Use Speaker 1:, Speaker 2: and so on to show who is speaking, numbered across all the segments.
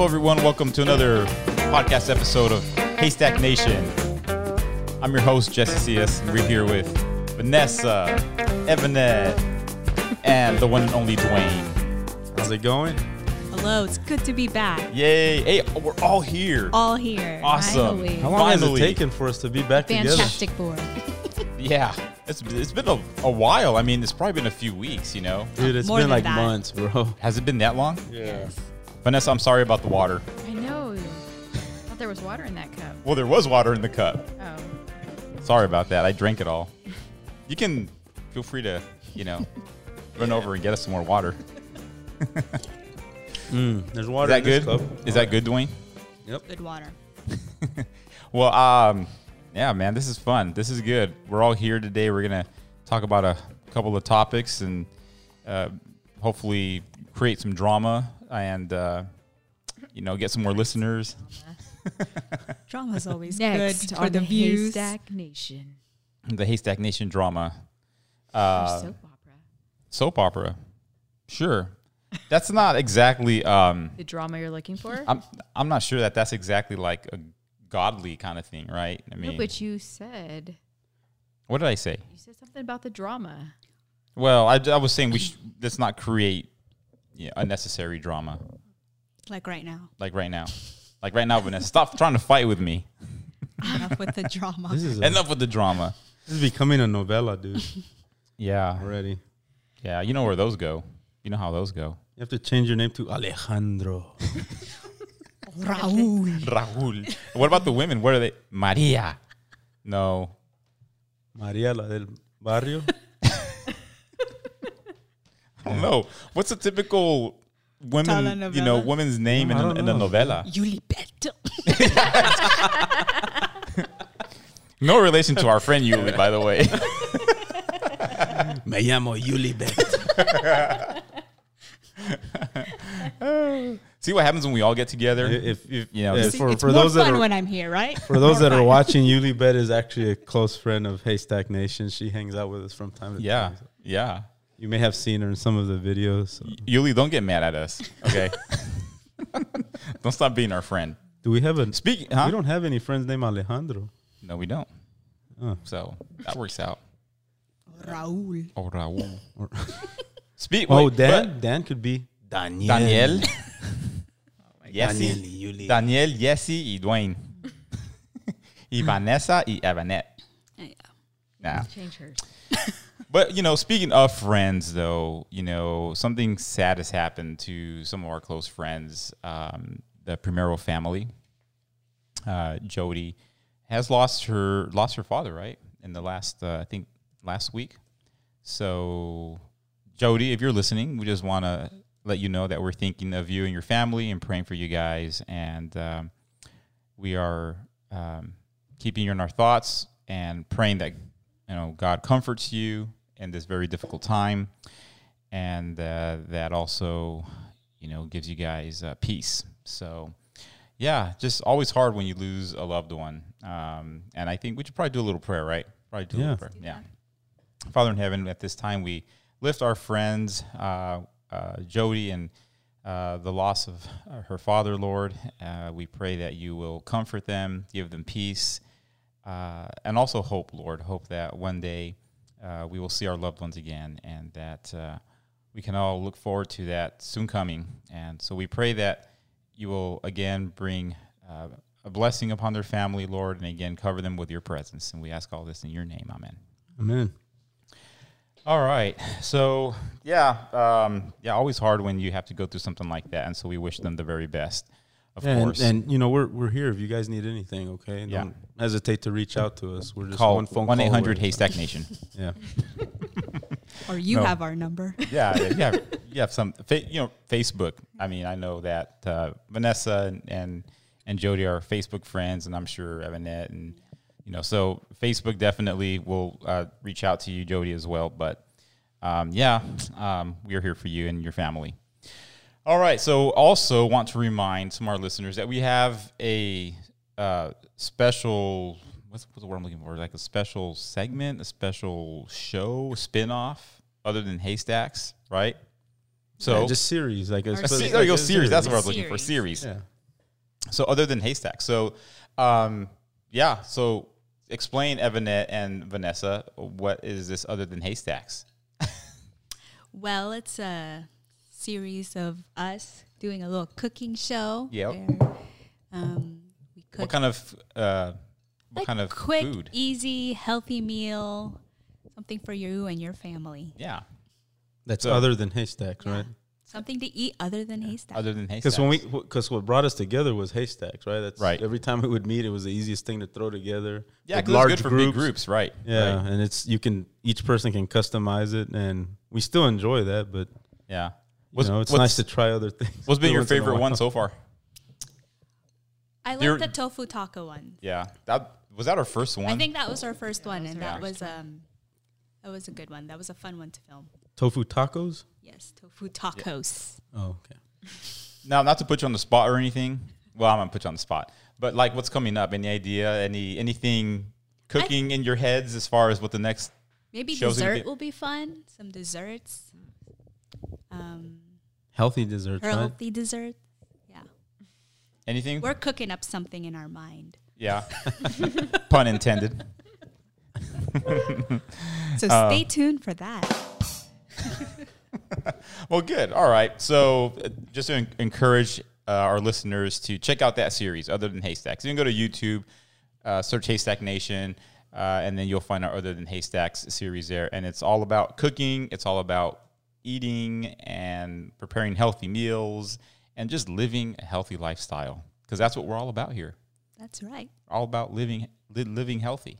Speaker 1: everyone. Welcome to another podcast episode of Haystack Nation. I'm your host, Jesse C.S., and we're here with Vanessa, Evanette, and the one and only Dwayne.
Speaker 2: How's it going?
Speaker 3: Hello, it's good to be back.
Speaker 1: Yay. Hey, we're all here.
Speaker 3: All here.
Speaker 1: Awesome.
Speaker 3: Finally.
Speaker 2: How long
Speaker 1: Finally.
Speaker 2: has it taken for us to be back
Speaker 3: Fantastic Four.
Speaker 1: Yeah. It's, it's been a, a while. I mean, it's probably been a few weeks, you know?
Speaker 2: together? Dude, It's
Speaker 3: More
Speaker 2: been
Speaker 3: than
Speaker 2: like
Speaker 3: that.
Speaker 2: months, bro.
Speaker 1: Has it been that long?
Speaker 2: Yeah.
Speaker 1: Vanessa, I'm sorry about the water.
Speaker 4: I know. I thought there was water in that cup.
Speaker 1: Well, there was water in the cup.
Speaker 4: Oh.
Speaker 1: Sorry about that. I drank it all. You can feel free to, you know, run over and get us some more water.
Speaker 2: Mm, there's
Speaker 1: Is
Speaker 2: water
Speaker 1: that
Speaker 2: in this
Speaker 1: good?
Speaker 2: cup.
Speaker 1: Is that good, Dwayne?
Speaker 2: Yep.
Speaker 3: Good water.
Speaker 1: Well, um, yeah, man, this is fun. This is good. We're all here today. We're gonna talk about a couple of topics and uh, hopefully create some drama and uh, you know get some more listeners.
Speaker 3: Drama's always
Speaker 4: Next
Speaker 3: good
Speaker 4: on
Speaker 3: for the views.
Speaker 4: Haystack Nation.
Speaker 1: The Haystack Nation drama
Speaker 4: Or
Speaker 1: uh,
Speaker 4: soap opera.
Speaker 1: soap opera. Sure, that's not exactly. Um,
Speaker 4: The drama you're looking for?
Speaker 1: I'm I'm not sure that that's exactly like a godly kind of thing, right? I
Speaker 4: no,
Speaker 1: mean,
Speaker 4: but you said
Speaker 1: what did I say?
Speaker 4: you said something about the drama.
Speaker 1: Well, I, I was saying we sh- let's not create yeah, unnecessary drama
Speaker 3: Like right now.
Speaker 1: like right now. Like right now, Vanessa, stop trying to fight with me.
Speaker 3: Enough with the drama.
Speaker 2: This is, a-
Speaker 1: Enough with the drama.
Speaker 2: this is becoming a novella, dude.
Speaker 1: Yeah,
Speaker 2: Already. You
Speaker 1: yeah. You know where those go. You know how those go.
Speaker 2: have to change your name to Alejandro.
Speaker 3: Raul.
Speaker 1: Raúl. What about the women? Where are they? Maria. No.
Speaker 2: María la del barrio.
Speaker 1: I don't know. What's a typical women? You know,
Speaker 3: Telenovela?
Speaker 1: woman's name
Speaker 2: I
Speaker 1: in,
Speaker 2: don't
Speaker 1: a, in a
Speaker 2: know.
Speaker 1: novella.
Speaker 3: Yulipeto.
Speaker 1: No relation to our friend Yuli, by the way.
Speaker 2: Me llamo Yulibet.
Speaker 1: See what happens when we all get together.
Speaker 2: if, if,
Speaker 1: You know,
Speaker 2: yeah,
Speaker 1: this-
Speaker 2: for,
Speaker 3: it's
Speaker 2: for
Speaker 3: more
Speaker 2: those that
Speaker 3: fun
Speaker 2: are,
Speaker 3: when I'm here, right?
Speaker 2: for those
Speaker 3: More
Speaker 2: that are
Speaker 3: fun.
Speaker 2: watching, Yulibet is actually a close friend of Haystack Nation. She hangs out with us from time to
Speaker 1: yeah,
Speaker 2: time. So
Speaker 1: yeah.
Speaker 2: You may have seen her in some of the videos. so-
Speaker 1: Yuli, don't get mad at us, okay? don't stop being our friend.
Speaker 2: Do we have a
Speaker 1: Speaking, huh?
Speaker 2: We don't have any friends named Alejandro.
Speaker 1: no, we don't.
Speaker 2: Huh.
Speaker 1: So that works out.
Speaker 3: Raul.
Speaker 1: Oh, Raul.
Speaker 2: Or-
Speaker 1: Speak.
Speaker 2: oh,
Speaker 1: wait,
Speaker 2: Dan. Dan could be
Speaker 1: but-
Speaker 2: Daniel.
Speaker 1: Daniel.
Speaker 2: Oh, Daniel
Speaker 1: Yessi.
Speaker 2: Yuli.
Speaker 1: Daniel, Yessi, and Dwayne. y Vanessa, y Evanette.
Speaker 3: Yeah.
Speaker 1: Nah.
Speaker 4: Change hers.
Speaker 1: But, you know, speaking of friends, though, you know, something sad has happened to some of our close friends. Um, the Primero family, uh, Jody, has lost her lost her father, right? In the last, uh, I think, last week. So, Jody, if you're listening, we just want to let you know that we're thinking of you and your family and praying for you guys. And um, we are um, keeping you in our thoughts and praying that you know God comforts you in this very difficult time, and uh, that also you know gives you guys uh, peace. So. Yeah, just always hard when you lose a loved one. Um, and I think we should probably do a little prayer, right? Probably do a
Speaker 2: Yeah.
Speaker 1: little prayer. Yeah. Father in heaven, at this time we lift our friends, uh, uh, Jody, and uh, the loss of uh, her father, Lord. Uh, we pray that you will comfort them, give them peace, uh, and also hope, Lord. Hope that one day uh, we will see our loved ones again and that uh, we can all look forward to that soon coming. And so we pray that you will again bring uh, a blessing upon their family, Lord, and again cover them with your presence. And we ask all this in your name. Amen.
Speaker 2: Amen.
Speaker 1: All right. So yeah, um, yeah. Always hard when you have to go through something like that, and so we wish them the very best, of
Speaker 2: And,
Speaker 1: course.
Speaker 2: and you know we're we're here if you guys need anything. Okay,
Speaker 1: Yeah.
Speaker 2: don't hesitate to reach out to us. We're just
Speaker 1: call
Speaker 2: one phone
Speaker 1: one eight hundred
Speaker 2: away.
Speaker 1: Haystack Nation.
Speaker 2: Yeah,
Speaker 3: Or you
Speaker 1: No.
Speaker 3: have our number.
Speaker 1: yeah, yeah, yeah. You have some, fa- you know, Facebook. I mean, I know that uh, Vanessa and, and and Jody are Facebook friends, and I'm sure Evanette and you know, so Facebook definitely will uh, reach out to you, Jody, as well. But um, yeah, um, we are here for you and your family. All right. So, also want to remind some of our listeners that we have a uh, special. What's, what's the word I'm looking for? Like a special segment, a special show, spinoff, other than Haystacks, right? So,
Speaker 2: Yeah, just series like a
Speaker 4: Our
Speaker 1: a
Speaker 2: spe-
Speaker 1: se-
Speaker 4: series.
Speaker 1: there you go,
Speaker 2: like a
Speaker 1: oh, series. That's what I was
Speaker 4: Series.
Speaker 1: looking for. Series.
Speaker 2: Yeah,
Speaker 1: So other than Haystack, so um, yeah, so explain Evanet and Vanessa. What is this other than Haystacks?
Speaker 5: Well, it's a series of us doing a little cooking show.
Speaker 1: Yep.
Speaker 5: where, um, we cook
Speaker 1: What kind of uh, what
Speaker 5: a
Speaker 1: kind of
Speaker 5: quick,
Speaker 1: food?
Speaker 5: easy, healthy meal, something for you and your family,
Speaker 1: yeah,
Speaker 2: That's
Speaker 1: So-
Speaker 2: other than haystacks, right?
Speaker 5: something to eat other than haystack.
Speaker 1: other than Haystacks.
Speaker 2: Because when we, because what brought us together was haystacks, right? That's
Speaker 1: Right.
Speaker 2: Every time we would meet, it was the easiest thing to throw together.
Speaker 1: yeah,
Speaker 2: with
Speaker 1: 'cause it's good for big groups, right?
Speaker 2: Yeah,
Speaker 1: right.
Speaker 2: and it's you can each person can customize it, and we still enjoy that. But you
Speaker 1: yeah.
Speaker 2: know,
Speaker 1: what's-
Speaker 2: it's nice to try other things.
Speaker 1: What's been your
Speaker 2: once in a
Speaker 1: favorite
Speaker 2: while.
Speaker 1: one so far?
Speaker 5: I love
Speaker 1: You're-
Speaker 5: the tofu taco one.
Speaker 1: Yeah, that was that our first one.
Speaker 5: I think that was our first one, and that
Speaker 1: Yeah.
Speaker 5: was um, that was a good one. That was a fun one to film.
Speaker 2: Tofu tacos.
Speaker 5: Yes, tofu tacos.
Speaker 2: Oh, okay.
Speaker 1: now, not to put you on the spot or anything. Well, I'm gonna put you on the spot, but like, what's coming up? Any idea? Any anything cooking in your heads as far as what the next?
Speaker 5: Maybe
Speaker 1: Shows you
Speaker 5: dessert
Speaker 1: get-
Speaker 5: will be fun. Some desserts, um,
Speaker 2: Healthy desserts, right?
Speaker 5: healthy dessert. Yeah,
Speaker 1: Anything?
Speaker 5: we're cooking up something in our mind.
Speaker 1: Yeah. Pun intended.
Speaker 5: So
Speaker 1: Uh,
Speaker 5: stay tuned for that.
Speaker 1: Well, good. All right. So, uh, just to en- encourage uh, our listeners to check out that series, Other Than Haystacks. You can go to YouTube, uh, search Haystack Nation, uh, and then you'll find our Other Than Haystacks series there. And it's all about cooking, it's all about eating and preparing healthy meals and just living a healthy lifestyle because that's what we're all about here.
Speaker 5: That's right.
Speaker 1: all about living li- living healthy.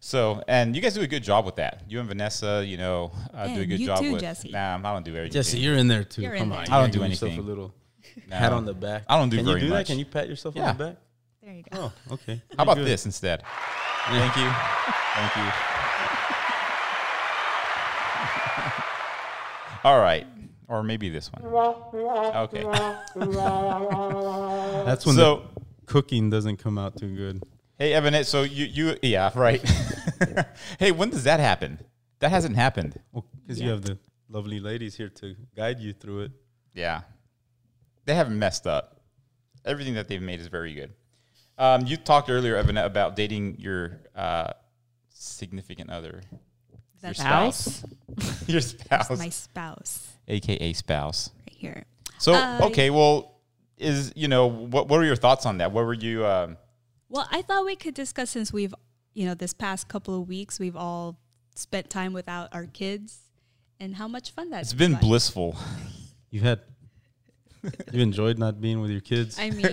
Speaker 1: So, and you guys do a good job with that. You and Vanessa, you know, uh, do a
Speaker 5: And
Speaker 1: good
Speaker 5: you
Speaker 1: job
Speaker 5: too,
Speaker 1: with.
Speaker 5: Jesse.
Speaker 1: Nah, I don't do everything.
Speaker 2: Jesse, you're in there too.
Speaker 5: You're in
Speaker 2: Come
Speaker 5: there.
Speaker 2: on,
Speaker 1: I don't
Speaker 2: Give
Speaker 1: do
Speaker 2: yourself
Speaker 1: anything.
Speaker 2: A little
Speaker 1: No.
Speaker 2: pat on the back.
Speaker 1: I don't do
Speaker 2: Can
Speaker 1: very
Speaker 2: you do
Speaker 1: much.
Speaker 2: that? Can you pat yourself
Speaker 1: Yeah.
Speaker 2: on the back?
Speaker 5: There you go.
Speaker 2: Oh, okay.
Speaker 1: How about
Speaker 2: Very good.
Speaker 1: this instead? Thank you, thank you. All right, or maybe this one. Okay,
Speaker 2: That's when
Speaker 1: so.
Speaker 2: the cooking doesn't come out too good.
Speaker 1: Hey, Evan. So you, you, yeah, right. hey, when does that happen? That hasn't happened.
Speaker 2: Because you have the lovely ladies here to guide you through it.
Speaker 1: Yeah. They haven't messed up. Everything that they've made is very good. Um, you talked earlier, Evan, about dating your uh, significant other, Your spouse. your spouse,
Speaker 5: My spouse
Speaker 1: aka spouse.
Speaker 5: right here.
Speaker 1: So,
Speaker 5: Uh,
Speaker 1: okay, well, is, you know, what, what were your thoughts on that? What were you, um,
Speaker 5: Well, I thought we could discuss since we've, you know, this past couple of weeks we've all spent time without our kids and how much fun that's
Speaker 1: it's been
Speaker 5: like.
Speaker 1: blissful.
Speaker 2: You've had, you enjoyed not being with your kids.
Speaker 5: I mean,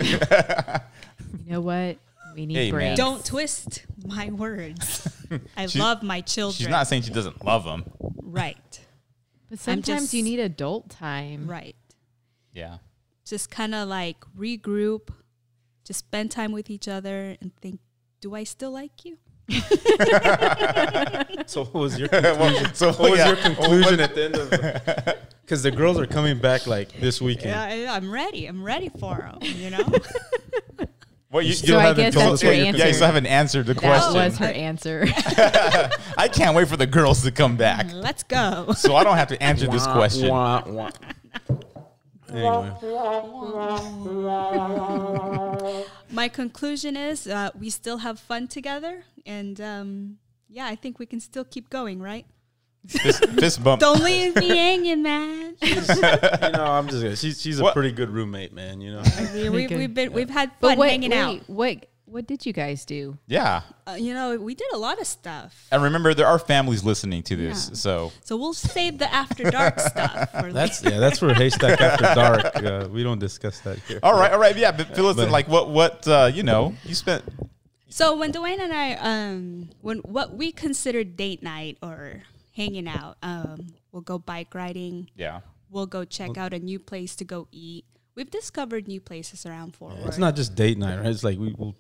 Speaker 4: You know what? We need
Speaker 1: Hey, man.
Speaker 4: breaks.
Speaker 5: don't twist my words. I
Speaker 1: She-
Speaker 5: love my children.
Speaker 1: She's not saying she doesn't love him.
Speaker 5: right.
Speaker 4: But
Speaker 5: I'm
Speaker 4: sometimes you
Speaker 5: just-
Speaker 4: need adult time.
Speaker 5: Right.
Speaker 1: Yeah.
Speaker 5: Just kind of like regroup, just spend time with each other and think, do I still like you?
Speaker 2: so what was your
Speaker 1: well, so,
Speaker 2: what was
Speaker 1: yeah.
Speaker 2: your conclusion at the end of? Because the girls are coming back like this weekend.
Speaker 5: Yeah, I, I'm ready. I'm ready for them, you know?
Speaker 1: Well, you,
Speaker 4: So
Speaker 1: you
Speaker 4: I
Speaker 1: haven't
Speaker 4: guess
Speaker 1: told us
Speaker 4: that's your
Speaker 1: what your- Yeah, you
Speaker 4: answer.
Speaker 1: still haven't answered the
Speaker 4: That
Speaker 1: question.
Speaker 4: was her answer.
Speaker 1: I can't wait for the girls to come back.
Speaker 5: Let's go.
Speaker 1: So I don't have to answer this question.
Speaker 2: Anyway,
Speaker 5: my conclusion is uh, we still have fun together and um, yeah i think we can still keep going right
Speaker 1: Fist, fist bump.
Speaker 5: don't leave me hanging man
Speaker 2: you know, I'm just gonna, she's she's a
Speaker 1: What-
Speaker 2: pretty good roommate, man. You know,
Speaker 5: we, we,
Speaker 4: good.
Speaker 5: we've been we've had
Speaker 4: but
Speaker 5: fun
Speaker 4: wait,
Speaker 5: hanging
Speaker 4: wait,
Speaker 5: out
Speaker 4: What what did you guys do?
Speaker 1: Yeah.
Speaker 5: uh, you know we did a lot of stuff
Speaker 1: And remember, there are families listening to this.
Speaker 5: Yeah.
Speaker 1: So,
Speaker 5: so we'll save the after dark stuff for
Speaker 2: that's
Speaker 5: later.
Speaker 2: yeah, that's for haystack after dark. Uh, we don't discuss that here.
Speaker 1: all right, all right. Yeah. But fill us in,
Speaker 2: But-
Speaker 1: like, what, what, uh, you know, you spent.
Speaker 5: so when Dwayne and i um when what we consider date night or hanging out um we'll go bike riding
Speaker 1: Yeah.
Speaker 5: we'll go check out a new place to go eat we've discovered new places around fort worth
Speaker 2: It's not just date night, right? It's like we will,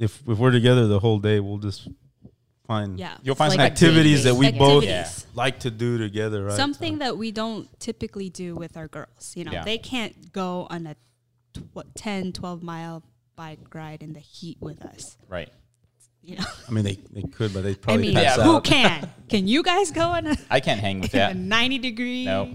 Speaker 2: if if we're together the whole day, we'll just find
Speaker 5: yeah
Speaker 1: You'll find
Speaker 4: It's
Speaker 1: some
Speaker 4: like a
Speaker 2: activities that we both
Speaker 5: Activities.
Speaker 2: like to do together, right?
Speaker 5: something that we don't typically do with our girls you know
Speaker 1: Yeah.
Speaker 5: they can't go on a tw- 10 12 mile bike ride in the heat with us
Speaker 1: Right.
Speaker 5: you know
Speaker 2: I mean, they, they could, but they'd
Speaker 5: i
Speaker 2: probably
Speaker 5: mean
Speaker 2: pass
Speaker 1: Yeah.
Speaker 5: who
Speaker 2: out.
Speaker 5: can can you guys go on a,
Speaker 1: I can't hang with
Speaker 5: a
Speaker 1: that.
Speaker 5: 90 degree
Speaker 1: No.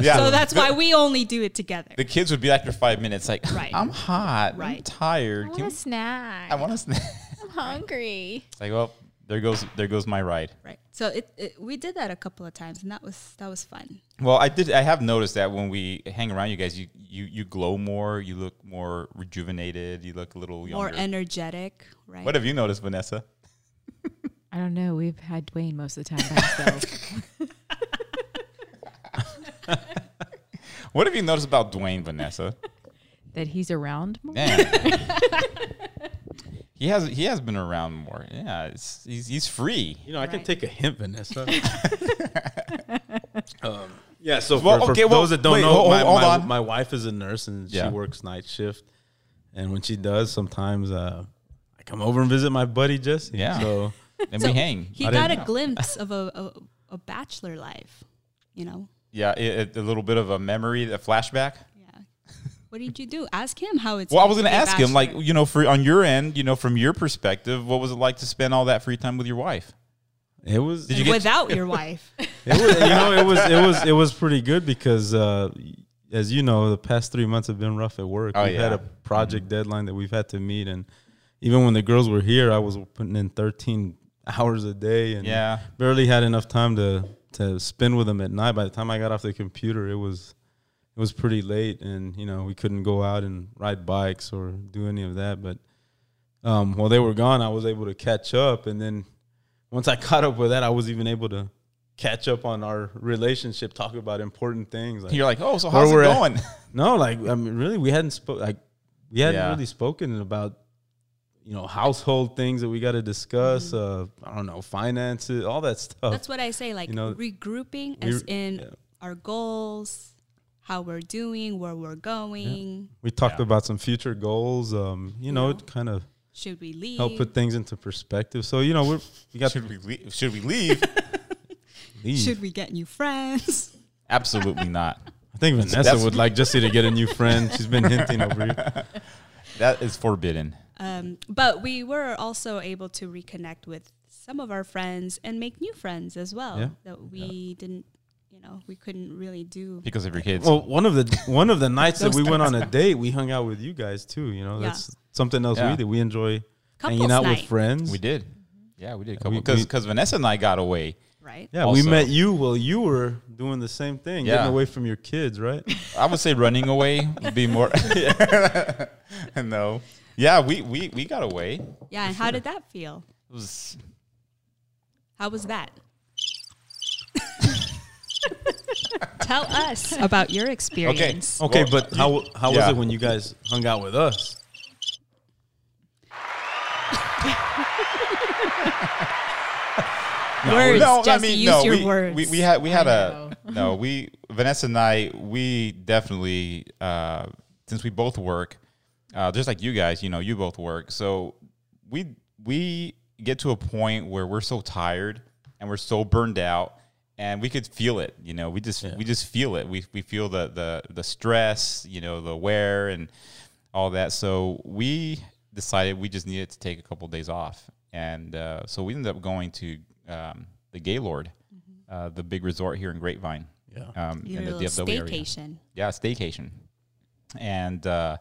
Speaker 1: yeah.
Speaker 5: so that's why we only do it together.
Speaker 1: the kids would be after five minutes like,
Speaker 5: Right.
Speaker 1: I'm hot. I'm
Speaker 5: Right.
Speaker 4: I
Speaker 1: tired.
Speaker 4: want
Speaker 1: Can
Speaker 4: a
Speaker 1: we-
Speaker 4: snack.
Speaker 1: I want to snack.
Speaker 4: I'm hungry.
Speaker 1: It's like, well, there goes there goes my ride.
Speaker 5: Right. So it, it we did that a couple of times, and that was that was fun.
Speaker 1: Well, I did. I have noticed that when we hang around you guys, you you, you glow more. You look more rejuvenated. You look a little younger.
Speaker 5: More energetic, right?
Speaker 1: what have you noticed, Vanessa?
Speaker 4: I don't know. We've had Dwayne most of the time by himself.
Speaker 1: What have you noticed about Dwayne, Vanessa?
Speaker 4: that he's around more.
Speaker 1: Man. he has he has been around more. Yeah, it's, he's he's free.
Speaker 2: You know, I can
Speaker 4: Right.
Speaker 2: take a hint, Vanessa. um, yeah. So
Speaker 1: Well,
Speaker 2: for, for
Speaker 1: okay, well,
Speaker 2: those that don't
Speaker 1: wait,
Speaker 2: know,
Speaker 1: hold-
Speaker 2: my,
Speaker 1: hold
Speaker 2: my,
Speaker 1: on.
Speaker 2: my wife is a nurse and
Speaker 1: Yeah.
Speaker 2: she works night shift. And when she does, sometimes uh, I come over and visit my buddy Jesse.
Speaker 1: Yeah.
Speaker 2: So
Speaker 1: And
Speaker 5: So
Speaker 1: we hang.
Speaker 5: He
Speaker 2: I
Speaker 5: got a
Speaker 2: didn't
Speaker 5: glimpse of a, a a bachelor life, you know.
Speaker 1: Yeah, it, it- a little bit of a memory, a flashback.
Speaker 5: Yeah. What did you do? Ask him how it's.
Speaker 1: Well, I was
Speaker 5: like
Speaker 1: going to
Speaker 5: be a
Speaker 1: ask him, like,
Speaker 5: bachelor.
Speaker 1: you know, for on your end, you know, from your perspective, what was it like to spend all that free time with your wife?
Speaker 2: it was.
Speaker 1: Did you get-
Speaker 5: without your wife.
Speaker 2: It was, you know, it was it was it was pretty good because, uh, as you know, the past three months have been rough at work.
Speaker 1: Oh,
Speaker 2: we've had
Speaker 1: yeah.
Speaker 2: a project deadline that we've had to meet, and even when the girls were here, I was putting in thirteen hours a day, and
Speaker 1: Yeah.
Speaker 2: barely had enough time to to spend with them at night. By the time I got off the computer, it was it was pretty late, and you know we couldn't go out and ride bikes or do any of that. But um, while they were gone, I was able to catch up, and then once I caught up with that, I was even able to catch up on our relationship, talk about important things. Like,
Speaker 1: You're like, oh, so
Speaker 2: Where
Speaker 1: how's it
Speaker 2: we're at.
Speaker 1: going?
Speaker 2: no, like I mean, really, we hadn't spoke. Like we hadn't
Speaker 1: Yeah.
Speaker 2: really spoken about you know household things that we got to discuss. Uh, I don't know finances, all that stuff.
Speaker 5: That's what I say. Like
Speaker 2: You know,
Speaker 5: regrouping,
Speaker 2: we-
Speaker 5: as in
Speaker 2: yeah.
Speaker 5: our goals, how we're doing, where we're going.
Speaker 2: we talked
Speaker 1: Yeah.
Speaker 2: about some future goals. Um, you know, it kind of
Speaker 5: Should we leave?
Speaker 2: helped put things into perspective. So you know, we're, we got to
Speaker 1: should we leave? Should we leave?
Speaker 2: leave.
Speaker 5: Should we get new friends?
Speaker 1: Absolutely not.
Speaker 2: I think Vanessa
Speaker 1: That's-
Speaker 2: would like Jesse to get a new friend. She's been hinting over here.
Speaker 1: That is forbidden.
Speaker 5: Um, but we were also able to reconnect with some of our friends and make new friends as well
Speaker 2: Yeah.
Speaker 5: that we didn't, you know, we couldn't really do.
Speaker 1: Because of your kids.
Speaker 2: Well, one of the one of the nights that
Speaker 5: Those
Speaker 2: we went on a date, we hung out with you guys too. You know,
Speaker 5: Yeah.
Speaker 2: that's something else
Speaker 1: Yeah.
Speaker 2: we did. We enjoy
Speaker 5: Couples
Speaker 2: hanging out
Speaker 5: night,
Speaker 2: with friends.
Speaker 1: we did. Yeah, we did.
Speaker 2: we-
Speaker 1: Because
Speaker 2: we-
Speaker 1: because Vanessa and I got away.
Speaker 5: right?
Speaker 2: Yeah,
Speaker 1: Also.
Speaker 2: we met you while you were doing the same thing,
Speaker 1: Yeah.
Speaker 2: getting away from your kids, right?
Speaker 1: I would say running away would be more. no. Yeah, we, we, we got away. It
Speaker 5: Yeah. And how did that feel?
Speaker 1: was
Speaker 5: How was that? Tell us about your experience.
Speaker 2: Okay,
Speaker 1: Well,
Speaker 2: but how how
Speaker 1: yeah.
Speaker 2: was it when you guys hung out with us?
Speaker 5: Words, Jesse, use your
Speaker 1: we,
Speaker 5: words.
Speaker 1: We, we had we had a no. We Vanessa and I we definitely uh, since we both work, uh, just like you guys, you know, you both work. So we we get to a point where we're so tired and we're so burned out, and we could feel it. You know, we just we just feel it. We we feel the the the stress. You know, the wear and all that. So we decided we just needed to take a couple days off, and uh, so we ended up going to um, the Gaylord, uh, the big resort here in Grapevine,
Speaker 2: Yeah.
Speaker 1: um,
Speaker 5: Your
Speaker 1: in the
Speaker 5: little
Speaker 1: DFW area.
Speaker 5: staycation.
Speaker 1: Yeah, staycation, and uh,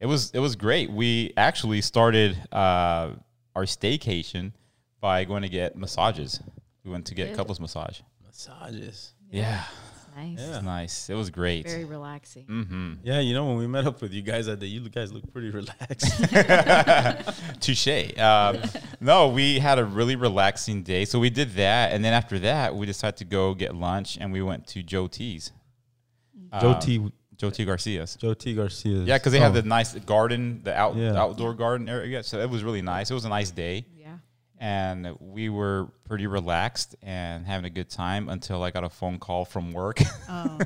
Speaker 1: it was it was great. We actually started uh, our staycation by going to get massages. We went to get
Speaker 4: Good.
Speaker 1: couples massage.
Speaker 2: Massages.
Speaker 1: Yeah,
Speaker 4: It's nice.
Speaker 2: Yeah. Mm.
Speaker 1: it's nice. It was great.
Speaker 4: Very relaxing.
Speaker 1: mm-hmm.
Speaker 2: Yeah, you know when we met up with you guys that day, you guys look pretty relaxed.
Speaker 1: Touche. Um, no, we had a really relaxing day. So we did that. And then after that, we decided to go get lunch and we went to Joe T's.
Speaker 2: Joe
Speaker 1: Um,
Speaker 2: T.
Speaker 1: Joe T. Garcia's.
Speaker 2: Joe T. Garcia.
Speaker 1: Yeah, because they have the nice garden, the out,
Speaker 2: Oh. Yeah.
Speaker 1: outdoor garden area. So it was really nice. It was a nice day.
Speaker 4: Yeah.
Speaker 1: And we were pretty relaxed and having a good time until I got a phone call from work
Speaker 5: Oh,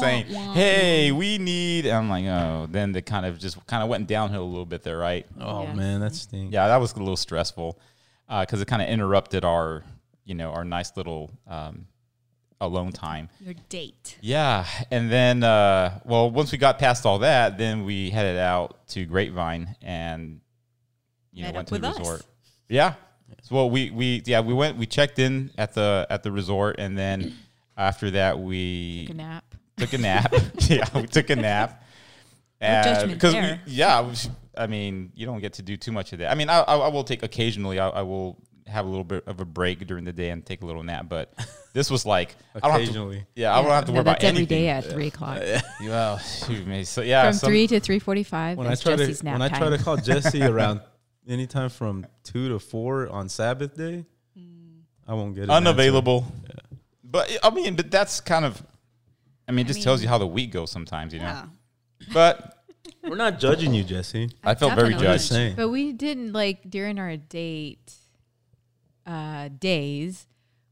Speaker 1: saying,
Speaker 5: wah,
Speaker 1: hey, we need. And I'm like, oh, then they kind of just kind of went downhill a little bit there, right?
Speaker 2: Oh
Speaker 4: Yes.
Speaker 2: man, that stinks.
Speaker 1: yeah, that was a little stressful because it kind of interrupted our, you know, our nice little um, alone time.
Speaker 5: your date.
Speaker 1: Yeah, and then uh, well, once we got past all that, then we headed out to Grapevine and you know
Speaker 5: Met
Speaker 1: went
Speaker 5: up
Speaker 1: to the
Speaker 5: with us.
Speaker 1: resort. Yeah, so well, we we yeah we went we checked in at the at the resort and then After that, we
Speaker 4: Take a nap.
Speaker 1: took a nap. yeah, we took a nap.
Speaker 5: No judgment
Speaker 1: because
Speaker 5: there.
Speaker 1: yeah, we sh- I mean, you don't get to do too much of that. I mean, I, I, I will take occasionally. I, I will have a little bit of a break during the day and take a little nap. But this was like I don't have to,
Speaker 2: Occasionally.
Speaker 1: yeah, I don't have to worry about
Speaker 4: that's every
Speaker 1: anything.
Speaker 4: day at three o'clock.
Speaker 1: Well, shoot me. So yeah,
Speaker 4: From
Speaker 1: some-
Speaker 4: three to three forty-five.
Speaker 2: When
Speaker 4: When
Speaker 2: I
Speaker 4: is
Speaker 2: try
Speaker 4: Jesse's
Speaker 2: to
Speaker 4: nap
Speaker 2: when I
Speaker 4: time.
Speaker 2: try to call Jesse around anytime from two to four on Sabbath day,
Speaker 4: Mm.
Speaker 2: I won't get it.
Speaker 1: unavailable. But I mean, but that's kind of. I mean, it
Speaker 5: I
Speaker 1: just tells
Speaker 5: mean-
Speaker 1: you how the week goes sometimes, you know.
Speaker 5: Yeah.
Speaker 1: But
Speaker 2: We're not judging you, Jesse.
Speaker 1: I felt very
Speaker 5: Definitely.
Speaker 2: I'm
Speaker 1: judged.
Speaker 2: just saying.
Speaker 4: But we didn't like during our date uh, days.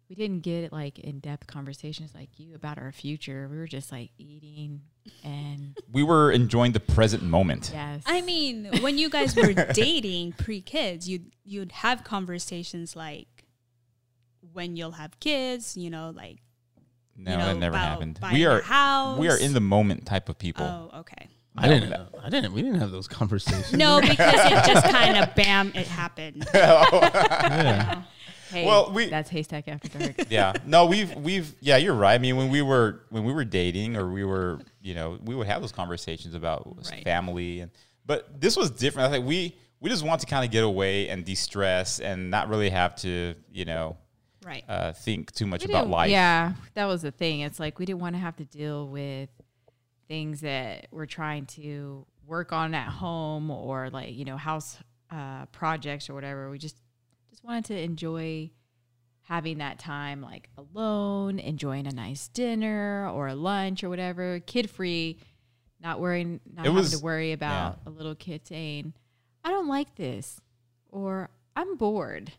Speaker 4: We didn't get like in-depth conversations like you about our future. We were just like eating and
Speaker 1: we were enjoying the present moment.
Speaker 4: yes.
Speaker 5: I mean, when you guys were dating pre kids, you'd you'd have conversations like when you'll have kids, you know, like
Speaker 1: No,
Speaker 5: you know,
Speaker 1: that never
Speaker 5: about
Speaker 1: happened.
Speaker 5: buying
Speaker 1: We
Speaker 5: a
Speaker 1: are
Speaker 5: house.
Speaker 1: we are in the moment type of people.
Speaker 5: Oh, okay.
Speaker 2: I didn't. I didn't. We didn't have those conversations.
Speaker 5: No, because it just kind of bam, it happened.
Speaker 2: yeah.
Speaker 4: Hey,
Speaker 1: well, we-
Speaker 4: that's haystack after dark.
Speaker 1: yeah. No, we've we've yeah, you're right. I mean, when we were when we were dating or we were, you know, we would have those conversations about s-
Speaker 5: Right.
Speaker 1: family and but this was different. I think we we just want to kind of get away and de-stress and not really have to, you know,
Speaker 5: Right.
Speaker 1: uh, think too much
Speaker 4: We
Speaker 1: about
Speaker 4: didn't-
Speaker 1: life.
Speaker 4: Yeah, that was the thing. It's like we didn't want to have to deal with things that we're trying to work on at home or like you know house uh, projects or whatever. We just just wanted to enjoy having that time like alone, enjoying a nice dinner or a lunch or whatever, kid free, not worrying, not
Speaker 1: It
Speaker 4: having
Speaker 1: was-
Speaker 4: to worry about a little kid saying, "I don't like this," or "I'm bored."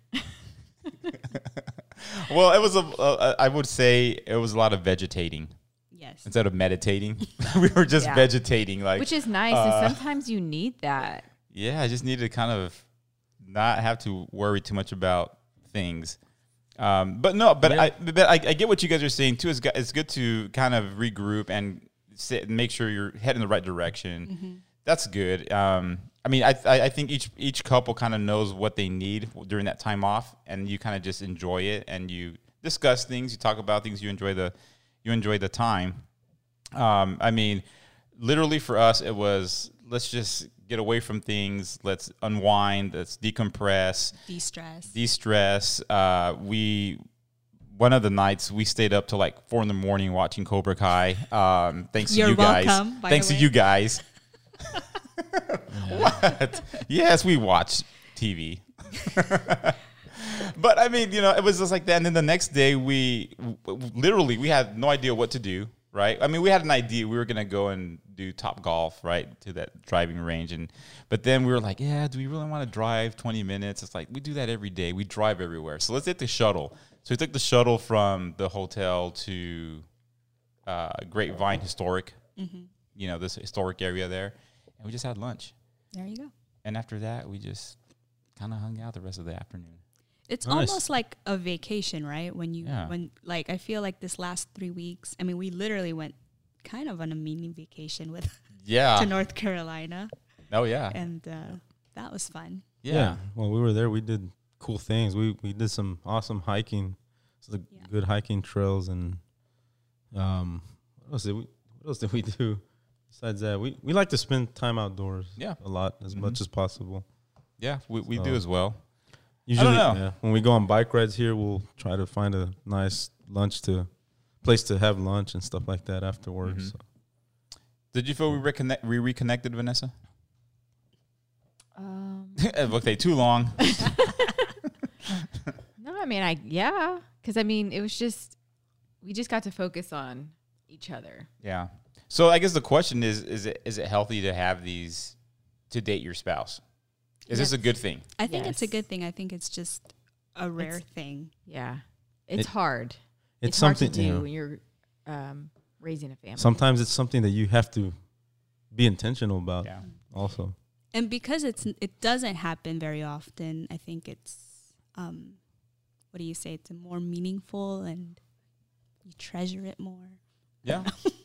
Speaker 1: Well, it was a uh, I would say it was a lot of vegetating
Speaker 5: yes.
Speaker 1: instead of meditating. we were just
Speaker 4: Yeah.
Speaker 1: vegetating like
Speaker 4: Which is nice,
Speaker 1: uh,
Speaker 4: and sometimes you need that.
Speaker 1: yeah, I just needed to kind of not have to worry too much about things. Um, but no, but I but I, I get what you guys are saying too. It's go- it's good to kind of regroup and sit and make sure you're heading the right direction. That's good. Um, I mean, I, I I think each each couple kind of knows what they need during that time off, and you kind of just enjoy it and you discuss things, you talk about things, you enjoy the you enjoy the time. Um, I mean, literally for us, it was let's just get away from things, let's unwind, let's decompress,
Speaker 5: De stress.
Speaker 1: de stress. Uh, we, one of the nights, we stayed up till like four in the morning watching Cobra Kai. Um, thanks to
Speaker 5: You're
Speaker 1: you guys.
Speaker 5: welcome, by the
Speaker 1: thanks to
Speaker 5: way.
Speaker 1: you guys. what? Yes, we watched TV. but I mean, you know, it was just like that. And then the next day, we w- w- literally we had no idea what to do. Right? I mean, we had an idea we were gonna go and do top golf, right, to that driving range, and but then we were like, yeah, do we really want to drive 20 minutes? It's like we do that every day. We drive everywhere, so let's take the shuttle. So we took the shuttle from the hotel to uh, Grapevine Historic, you know, this historic area there, and we just had lunch.
Speaker 5: There you go.
Speaker 1: And after that, we just kind of hung out the rest of the afternoon.
Speaker 5: It's
Speaker 2: Nice.
Speaker 5: almost like a vacation, right? When you
Speaker 1: Yeah.
Speaker 5: when like I feel like this last three weeks, I mean, we literally went kind of on a mini vacation with
Speaker 1: Yeah.
Speaker 5: to North Carolina,
Speaker 1: Oh yeah.
Speaker 5: and uh, that was fun.
Speaker 1: yeah.
Speaker 2: Well, we were there. We did cool things. We we did some awesome hiking. So the
Speaker 5: Yeah.
Speaker 2: good hiking trails and um, what else did we? What else did we do? Besides that, we, we like to spend time outdoors.
Speaker 1: Yeah. Mm-hmm.
Speaker 2: A lot, as much as possible.
Speaker 1: Yeah. We, we do
Speaker 2: So-
Speaker 1: as well.
Speaker 2: Usually,
Speaker 1: know.
Speaker 2: yeah, when we go on bike rides here, we'll try to find a nice lunch to place to have lunch and stuff like that afterwards.
Speaker 1: Mhm. Did you feel we reconnect? We reconnected, Vanessa.
Speaker 4: Um,
Speaker 1: okay, too long.
Speaker 4: no, I mean, I yeah, because I mean, it was just we just got to focus on each other.
Speaker 1: yeah. So I guess the question is: is it is it healthy to have these to date your spouse? Is this a good thing?
Speaker 5: I think it's a
Speaker 4: Yes.
Speaker 5: good thing. I think it's just a rare thing.
Speaker 4: Yeah, it's
Speaker 2: It-
Speaker 4: hard.
Speaker 2: It's,
Speaker 4: It's, hard
Speaker 2: something
Speaker 4: to do
Speaker 2: you know,
Speaker 4: when you're um, raising a family.
Speaker 2: Sometimes it's something that you have to be intentional about.
Speaker 1: Yeah.
Speaker 2: Also,
Speaker 5: and because it's it doesn't happen very often i think it's um what do you say it's more meaningful and you treasure it more
Speaker 1: Yeah.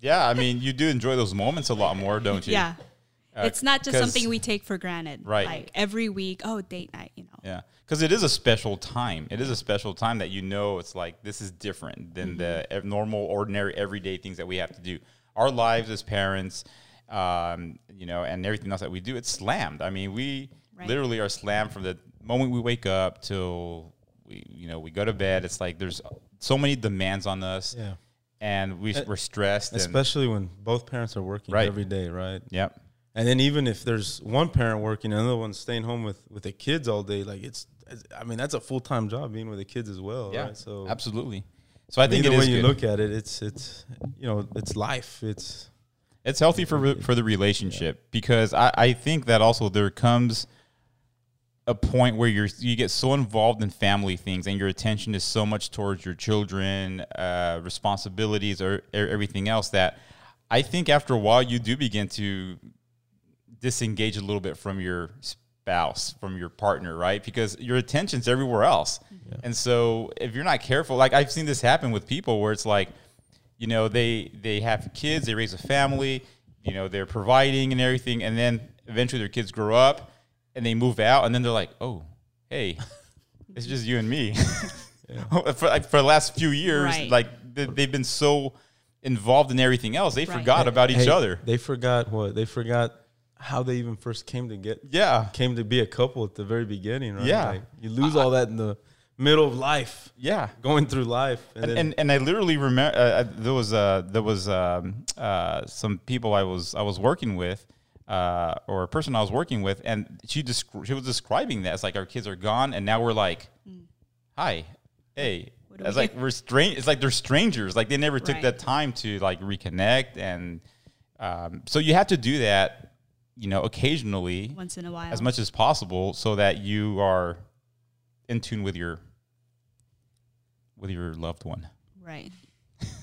Speaker 1: yeah. I mean, you do enjoy those moments a lot more, don't you?
Speaker 5: yeah
Speaker 1: Uh,
Speaker 5: it's not just
Speaker 1: 'cause-
Speaker 5: something we take for granted
Speaker 1: Right.
Speaker 5: like every week oh date night you know
Speaker 1: Yeah, because it is a special time. It is a special time that you know it's like this is different than the ev- normal, ordinary, everyday things that we have to do. Our lives as parents, um, you know, and everything else that we do, it's slammed. I mean, we
Speaker 5: Right.
Speaker 1: literally are slammed from the moment we wake up till we, you know, we go to bed. It's like there's so many demands on us,
Speaker 2: Yeah.
Speaker 1: and we,
Speaker 2: Uh,
Speaker 1: we're stressed. and,
Speaker 2: Especially when both parents are working
Speaker 1: Right.
Speaker 2: every day, right?
Speaker 1: yep.
Speaker 2: And then even if there's one parent working, and another one's staying home with with the kids all day, like it's, it's- I mean, that's a full time job being with the kids as well.
Speaker 1: Yeah.
Speaker 2: Right? So
Speaker 1: Absolutely. So I think
Speaker 2: either
Speaker 1: it is
Speaker 2: way you
Speaker 1: good.
Speaker 2: look at it, it's it's you know it's life. It's
Speaker 1: It's healthy for re- for the relationship because I, I think that also there comes a point where you're you get so involved in family things and your attention is so much towards your children, uh, responsibilities, or e- everything else that I think after a while you do begin to disengage a little bit from your spouse, from your partner, right? Because your attention's everywhere else. And so if you're not careful, like I've seen this happen with people where it's like, you know, they they have kids, they raise a family, you know, they're providing and everything, and then eventually their kids grow up and they move out and then they're like, "Oh, hey, it's just you and me." for like for the last few years,
Speaker 4: Right.
Speaker 1: like they, they've been so involved in everything else, they
Speaker 3: Right.
Speaker 1: forgot about each
Speaker 2: Hey,
Speaker 1: other.
Speaker 2: They forgot what they forgot how they even first came to get
Speaker 1: Yeah.
Speaker 2: came to be a couple at the very beginning, right?
Speaker 1: Yeah.
Speaker 2: Like, you lose all that in the middle of life,
Speaker 1: Yeah.
Speaker 2: going through life, and,
Speaker 1: and,
Speaker 2: then
Speaker 1: and, and I literally remember uh, uh, there was uh, there was um, uh, some people I was I was working with uh, or a person I was working with, and she descri- she was describing that it's like our kids are gone, and now we're like, hi, hey,
Speaker 5: Mm. do
Speaker 1: it's
Speaker 5: we-
Speaker 1: like we're strange. It's like they're strangers. Like they never took
Speaker 4: Right.
Speaker 1: that time to like reconnect, and um, so you have to do that, you know, occasionally
Speaker 5: once in a while.
Speaker 1: as much as possible, so that you are in tune with your with your loved one.
Speaker 5: Right.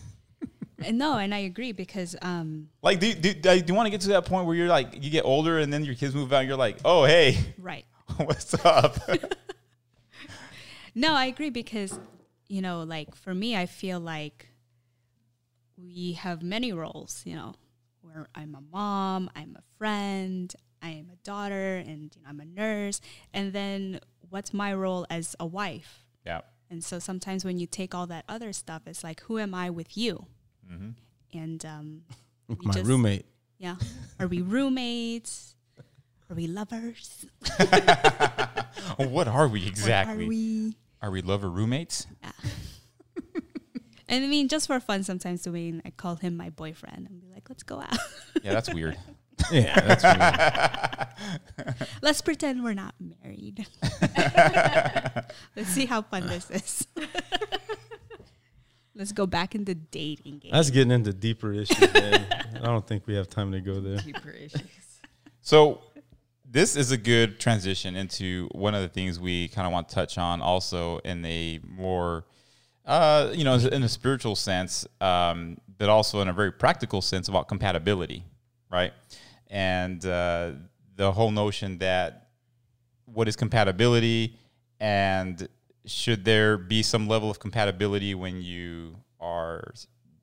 Speaker 5: and no, and I agree because um
Speaker 1: Like, do, do, do you want to get to that point where you're like, you get older and then your kids move out and you're like, oh, hey,
Speaker 5: right.
Speaker 1: what's up?
Speaker 5: No, I agree because you know, like for me I feel like we have many roles, you know, where I'm a mom, I'm a friend, I am a daughter and you know, I'm a nurse and then what's my role as a wife?
Speaker 1: yeah.
Speaker 5: And so sometimes when you take all that other stuff, it's like, who am I with you? And um, we
Speaker 2: my
Speaker 5: just-
Speaker 2: roommate.
Speaker 5: Yeah. Are we roommates? Are we lovers?
Speaker 1: What are we exactly?
Speaker 5: Are we?
Speaker 1: Are we lover roommates?
Speaker 5: And I mean, just for fun, sometimes I mean, I call him my boyfriend and be like, let's go out.
Speaker 1: Yeah, that's weird.
Speaker 2: Yeah, that's right.
Speaker 5: let's pretend we're not married. let's see how fun this is. let's go back into dating game.
Speaker 2: That's getting into deeper issues. Man. I don't think we have time to go there.
Speaker 4: Deeper issues.
Speaker 1: So, this is a good transition into one of the things we kind of want to touch on also in a more, uh, you know, in a spiritual sense, um, but also in a very practical sense about compatibility, right? And uh, the whole notion that what is compatibility and should there be some level of compatibility when you are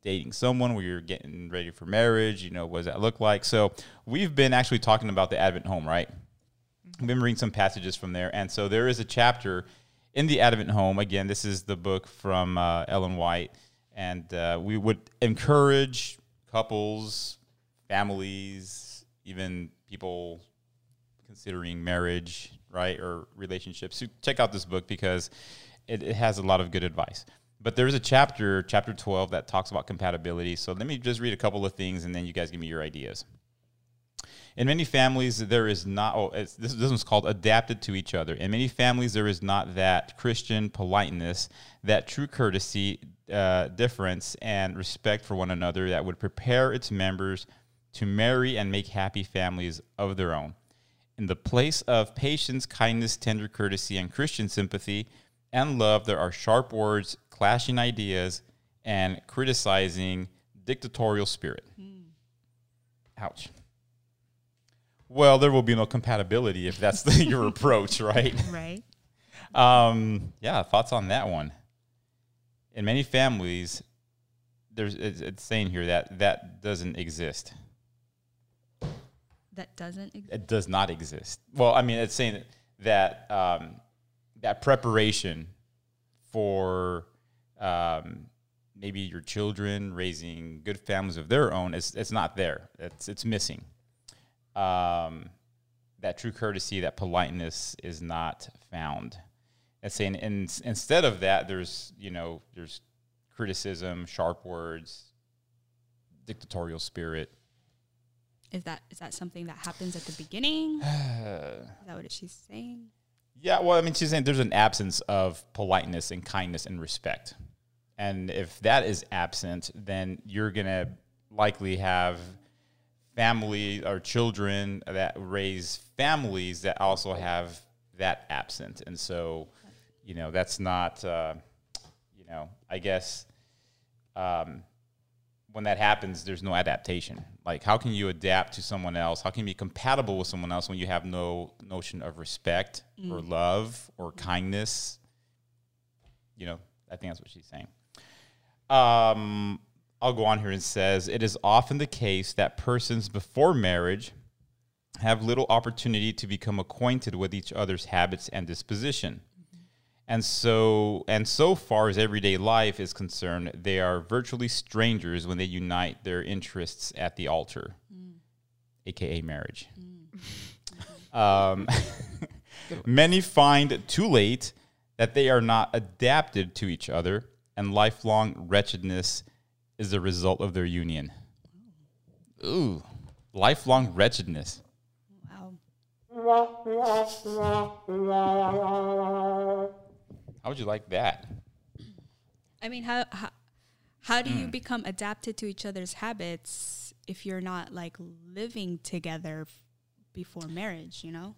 Speaker 1: dating someone where you're getting ready for marriage you know what does that look like so we've been actually talking about the advent home right I've been reading some passages from there, and so there is a chapter in the Advent Home. Again, this is the book from uh, Ellen White, and uh, we would encourage couples, families, even people considering marriage, right, or relationships to check out this book because it, it has a lot of good advice. But there is a chapter, chapter 12, that talks about compatibility. So let me just read a couple of things, and then you guys give me your ideas. In many families, there is not, oh, it's, this, this one's called adapted to each other. In many families, there is not that Christian politeness, that true courtesy, uh, difference, and respect for one another that would prepare its members to marry and make happy families of their own. In the place of patience, kindness, tender courtesy, and Christian sympathy and love, there are sharp words, clashing ideas, and criticizing dictatorial spirit. Ouch. Well, there will be no compatibility if that's the, your approach, right?
Speaker 5: right?
Speaker 1: Um, yeah, thoughts on that one. In many families, there's it's, it's saying here that that doesn't exist.
Speaker 5: That doesn't exist.
Speaker 1: It does not exist. Well, I mean, it's saying that um, that preparation for um, maybe your children raising good families of their own it's, it's not there it's, it's missing um, that true courtesy that politeness is not found and saying in, instead of that there's you know there's criticism sharp words dictatorial spirit
Speaker 5: Is that is that something that happens at the beginning? Is that what she's saying?
Speaker 1: Yeah, well, I mean, she's saying there's an absence of politeness and kindness and respect. And if that is absent, then you're going to likely have family or children that raise families that also have that absent. And so, you know, that's not, uh, you know, I guess um, when that happens, there's no adaptation. Like, how can you adapt to someone else? How can you be compatible with someone else when you have no notion of respect or love or kindness? You know, I think that's what she's saying. Um, I'll go on here and says it is often the case that persons before marriage have little opportunity to become acquainted with each other's habits and disposition. And so, and so far as everyday life is concerned, they are virtually strangers when they unite their interests at the altar, aka marriage. Um, many find too late that they are not adapted to each other, and lifelong wretchedness is the result of their union. Ooh, lifelong wretchedness.
Speaker 5: Wow.
Speaker 1: How would you like that?
Speaker 5: I mean, how how, how do you become adapted to each other's habits if you're not like living together f- before marriage? You know,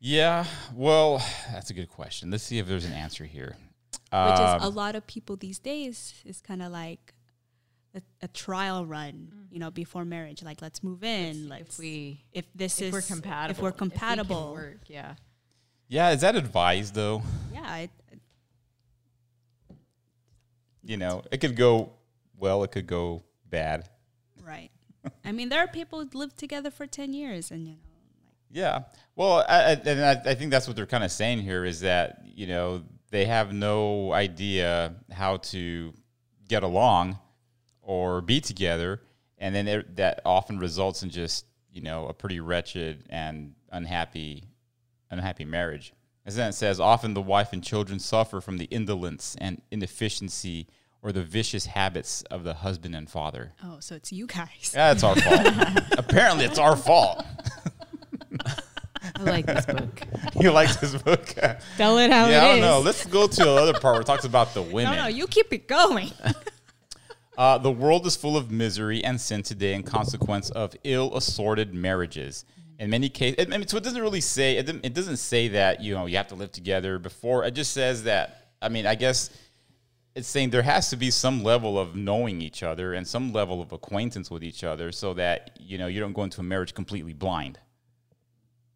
Speaker 1: Yeah, well, that's a good question. Let's see if there's an answer here.
Speaker 5: which
Speaker 1: Um,
Speaker 5: is a lot of people these days is kind of like a, a trial run. You know, before marriage, like let's move in. Let's,
Speaker 4: if we
Speaker 5: if this
Speaker 4: if
Speaker 5: is
Speaker 4: we're compatible,
Speaker 5: If we're
Speaker 4: we can
Speaker 5: compatible,
Speaker 4: work, yeah.
Speaker 1: yeah, is that advised though?
Speaker 5: yeah. It,
Speaker 1: You know, it could go well, it could go bad.
Speaker 5: right. I mean, there are people who live together for ten years, and you know,
Speaker 1: Yeah. Well, I, I, and I, I think that's what they're kind of saying here is that, you know, they have no idea how to get along or be together. And then it, that often results in just, you know, a pretty wretched and unhappy, unhappy marriage. As then it says, often the wife and children suffer from the indolence and inefficiency or the vicious habits of the husband and father.
Speaker 5: oh, so it's you guys.
Speaker 1: Yeah, it's our fault. Apparently, it's our fault.
Speaker 4: I like this book.
Speaker 1: You like this book?
Speaker 5: Tell it how
Speaker 1: yeah, I
Speaker 5: it
Speaker 1: don't know.
Speaker 5: is.
Speaker 1: Let's go to another part where it talks about the
Speaker 5: No,
Speaker 1: women.
Speaker 5: no, you keep it going.
Speaker 1: Uh, the world is full of misery and sin today in consequence of ill assorted marriages.
Speaker 5: Mm-hmm.
Speaker 1: In many cases, I mean, so it doesn't really say it, doesn't- it doesn't say that you know you have to live together before. It just says that. I mean, I guess it's saying there has to be some level of knowing each other and some level of acquaintance with each other, so that you know you don't go into a marriage completely blind.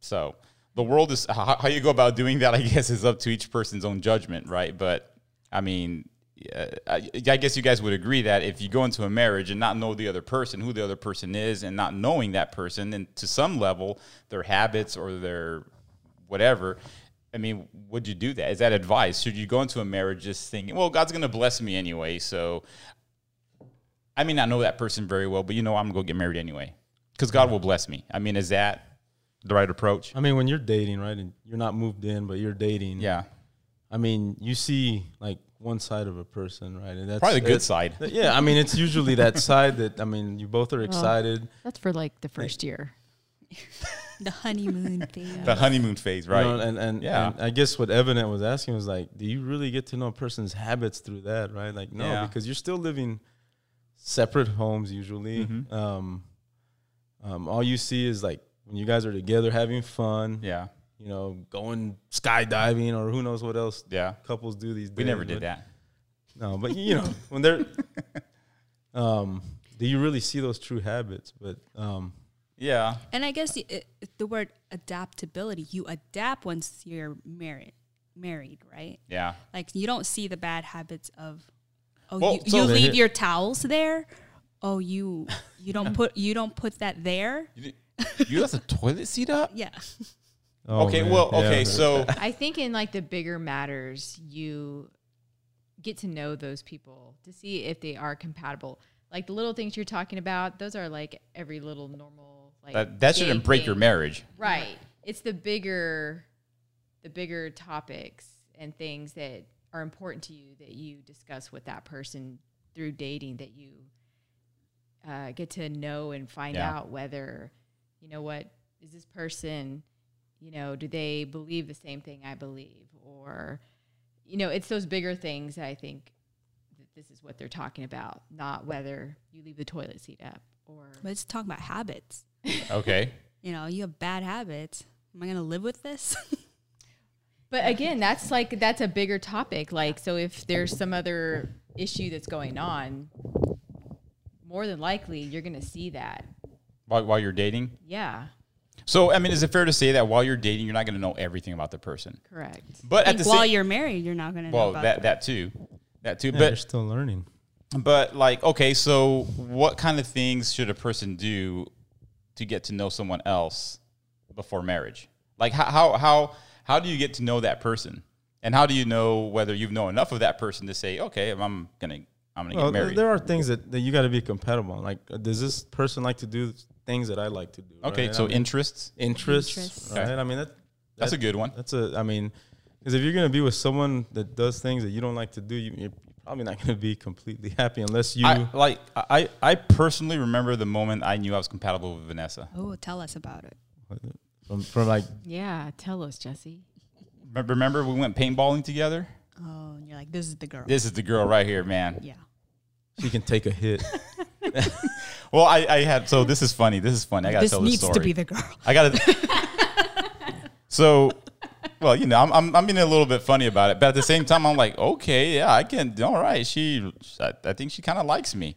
Speaker 1: So the world is how, how you go about doing that. I guess is up to each person's own judgment, right? But I mean, uh, I, I guess you guys would agree that if you go into a marriage and not know the other person, who the other person is, and not knowing that person, and to some level their habits or their whatever. I mean, would you do that? Is that advice? Should you go into a marriage just thinking, well, God's going to bless me anyway, so I may not know that person very well, but you know, I'm going to go get married anyway because God will bless me. I mean, is that the right approach?
Speaker 2: I mean, when you're dating, right, and you're not moved in, but you're dating.
Speaker 1: Yeah.
Speaker 2: I mean, you see like one side of a person, right? And that's
Speaker 1: Probably the good
Speaker 2: it-
Speaker 1: side.
Speaker 2: Yeah, I mean, it's usually that side that I mean, you both are excited.
Speaker 4: That's for like the first year.
Speaker 5: the honeymoon phase.
Speaker 1: The honeymoon phase, right?
Speaker 2: You know, and and,
Speaker 1: Yeah.
Speaker 2: and I guess what Evan was asking was like, do you really get to know a person's habits through that, right? Like, no,
Speaker 1: Yeah.
Speaker 2: because you're still living separate homes usually.
Speaker 1: Mm-hmm.
Speaker 2: Um, um, all you see is like when you guys are together having fun,
Speaker 1: yeah.
Speaker 2: you know, going skydiving or who knows what else
Speaker 1: Yeah.
Speaker 2: couples do these days.
Speaker 1: We never
Speaker 2: but-
Speaker 1: did that.
Speaker 2: No, but you know, when they're um do you really see those true habits? But um
Speaker 1: Yeah.
Speaker 5: And I guess the, uh, the word adaptability, you adapt once you're married, married, right?
Speaker 1: Yeah.
Speaker 5: Like you don't see the bad habits of oh
Speaker 1: Well,
Speaker 5: you,
Speaker 1: so-
Speaker 5: you leave your towels there. Oh you you don't put you don't put that there.
Speaker 1: You, did- you left the toilet seat up?
Speaker 5: Yeah.
Speaker 2: Oh,
Speaker 1: okay,
Speaker 2: man.
Speaker 1: well,
Speaker 2: Yeah.
Speaker 1: okay, so
Speaker 4: I think in like the bigger matters, you get to know those people to see if they are compatible. Like the little things you're talking about, those are like every little normal like
Speaker 1: that, that shouldn't
Speaker 4: gay
Speaker 1: break your
Speaker 4: thing.
Speaker 1: marriage.
Speaker 4: Right. It's the bigger the bigger topics and things that are important to you that you discuss with that person through dating that you uh, get to know and find
Speaker 1: Yeah.
Speaker 4: out whether you know what is this person you know do they believe the same thing i believe or you know it's those bigger things that i think that this is what they're talking about not whether you leave the toilet seat up or
Speaker 5: Let's talk about habits.
Speaker 1: Okay.
Speaker 5: You know, you have bad habits. Am I going to live with this?
Speaker 4: But again, that's like that's a bigger topic. Like, so if there's some other issue that's going on, more than likely you're going to see that.
Speaker 1: While, while you're dating.
Speaker 4: Yeah,
Speaker 1: So, I mean, is it fair to say that while you're dating, you're not going to know everything about the person?
Speaker 4: correct.
Speaker 1: But at
Speaker 5: like
Speaker 1: the
Speaker 5: while
Speaker 1: same
Speaker 5: you're married, you're not going to know
Speaker 1: well,
Speaker 5: about
Speaker 1: that, that too. That too.
Speaker 2: Yeah, you're
Speaker 1: but
Speaker 2: still learning.
Speaker 1: But like, okay, so what kind of things should a person do to get to know someone else before marriage? Like, how how how how do you get to know that person, and how do you know whether you know enough of that person to say, okay, I'm gonna I'm gonna get
Speaker 2: Well, there-
Speaker 1: married?
Speaker 2: there are things that, that you got to be compatible on. Like, uh, does this person like to do things that I like to do?
Speaker 1: okay,
Speaker 2: right?
Speaker 1: so
Speaker 2: I mean,
Speaker 1: interests.
Speaker 2: interests,
Speaker 5: Interests.
Speaker 2: right? I mean, that,
Speaker 1: That's a good one.
Speaker 2: That's a, I mean, because if you're going to be with someone that does things that you don't like to do, you, you're probably not going to be completely happy unless you.
Speaker 1: I, like I, I personally remember the moment I knew I was compatible with Vanessa.
Speaker 5: Oh, tell us about it.
Speaker 2: from, from like,
Speaker 4: Yeah, tell us, Jesse.
Speaker 1: Remember, remember we went paintballing together.
Speaker 5: Oh, and you're like, this is the girl.
Speaker 1: This is the girl right here, man.
Speaker 5: yeah.
Speaker 2: she can take a hit.
Speaker 1: Well, I, I had so this is funny. This is funny. I gotta
Speaker 5: This
Speaker 1: tell
Speaker 5: needs
Speaker 1: this story.
Speaker 5: to be the girl.
Speaker 1: I gotta. so, well, you know, I'm, I'm I'm being a little bit funny about it, but at the same time, I'm like, okay, yeah, I can. All right, she, I, I think she kind of likes me.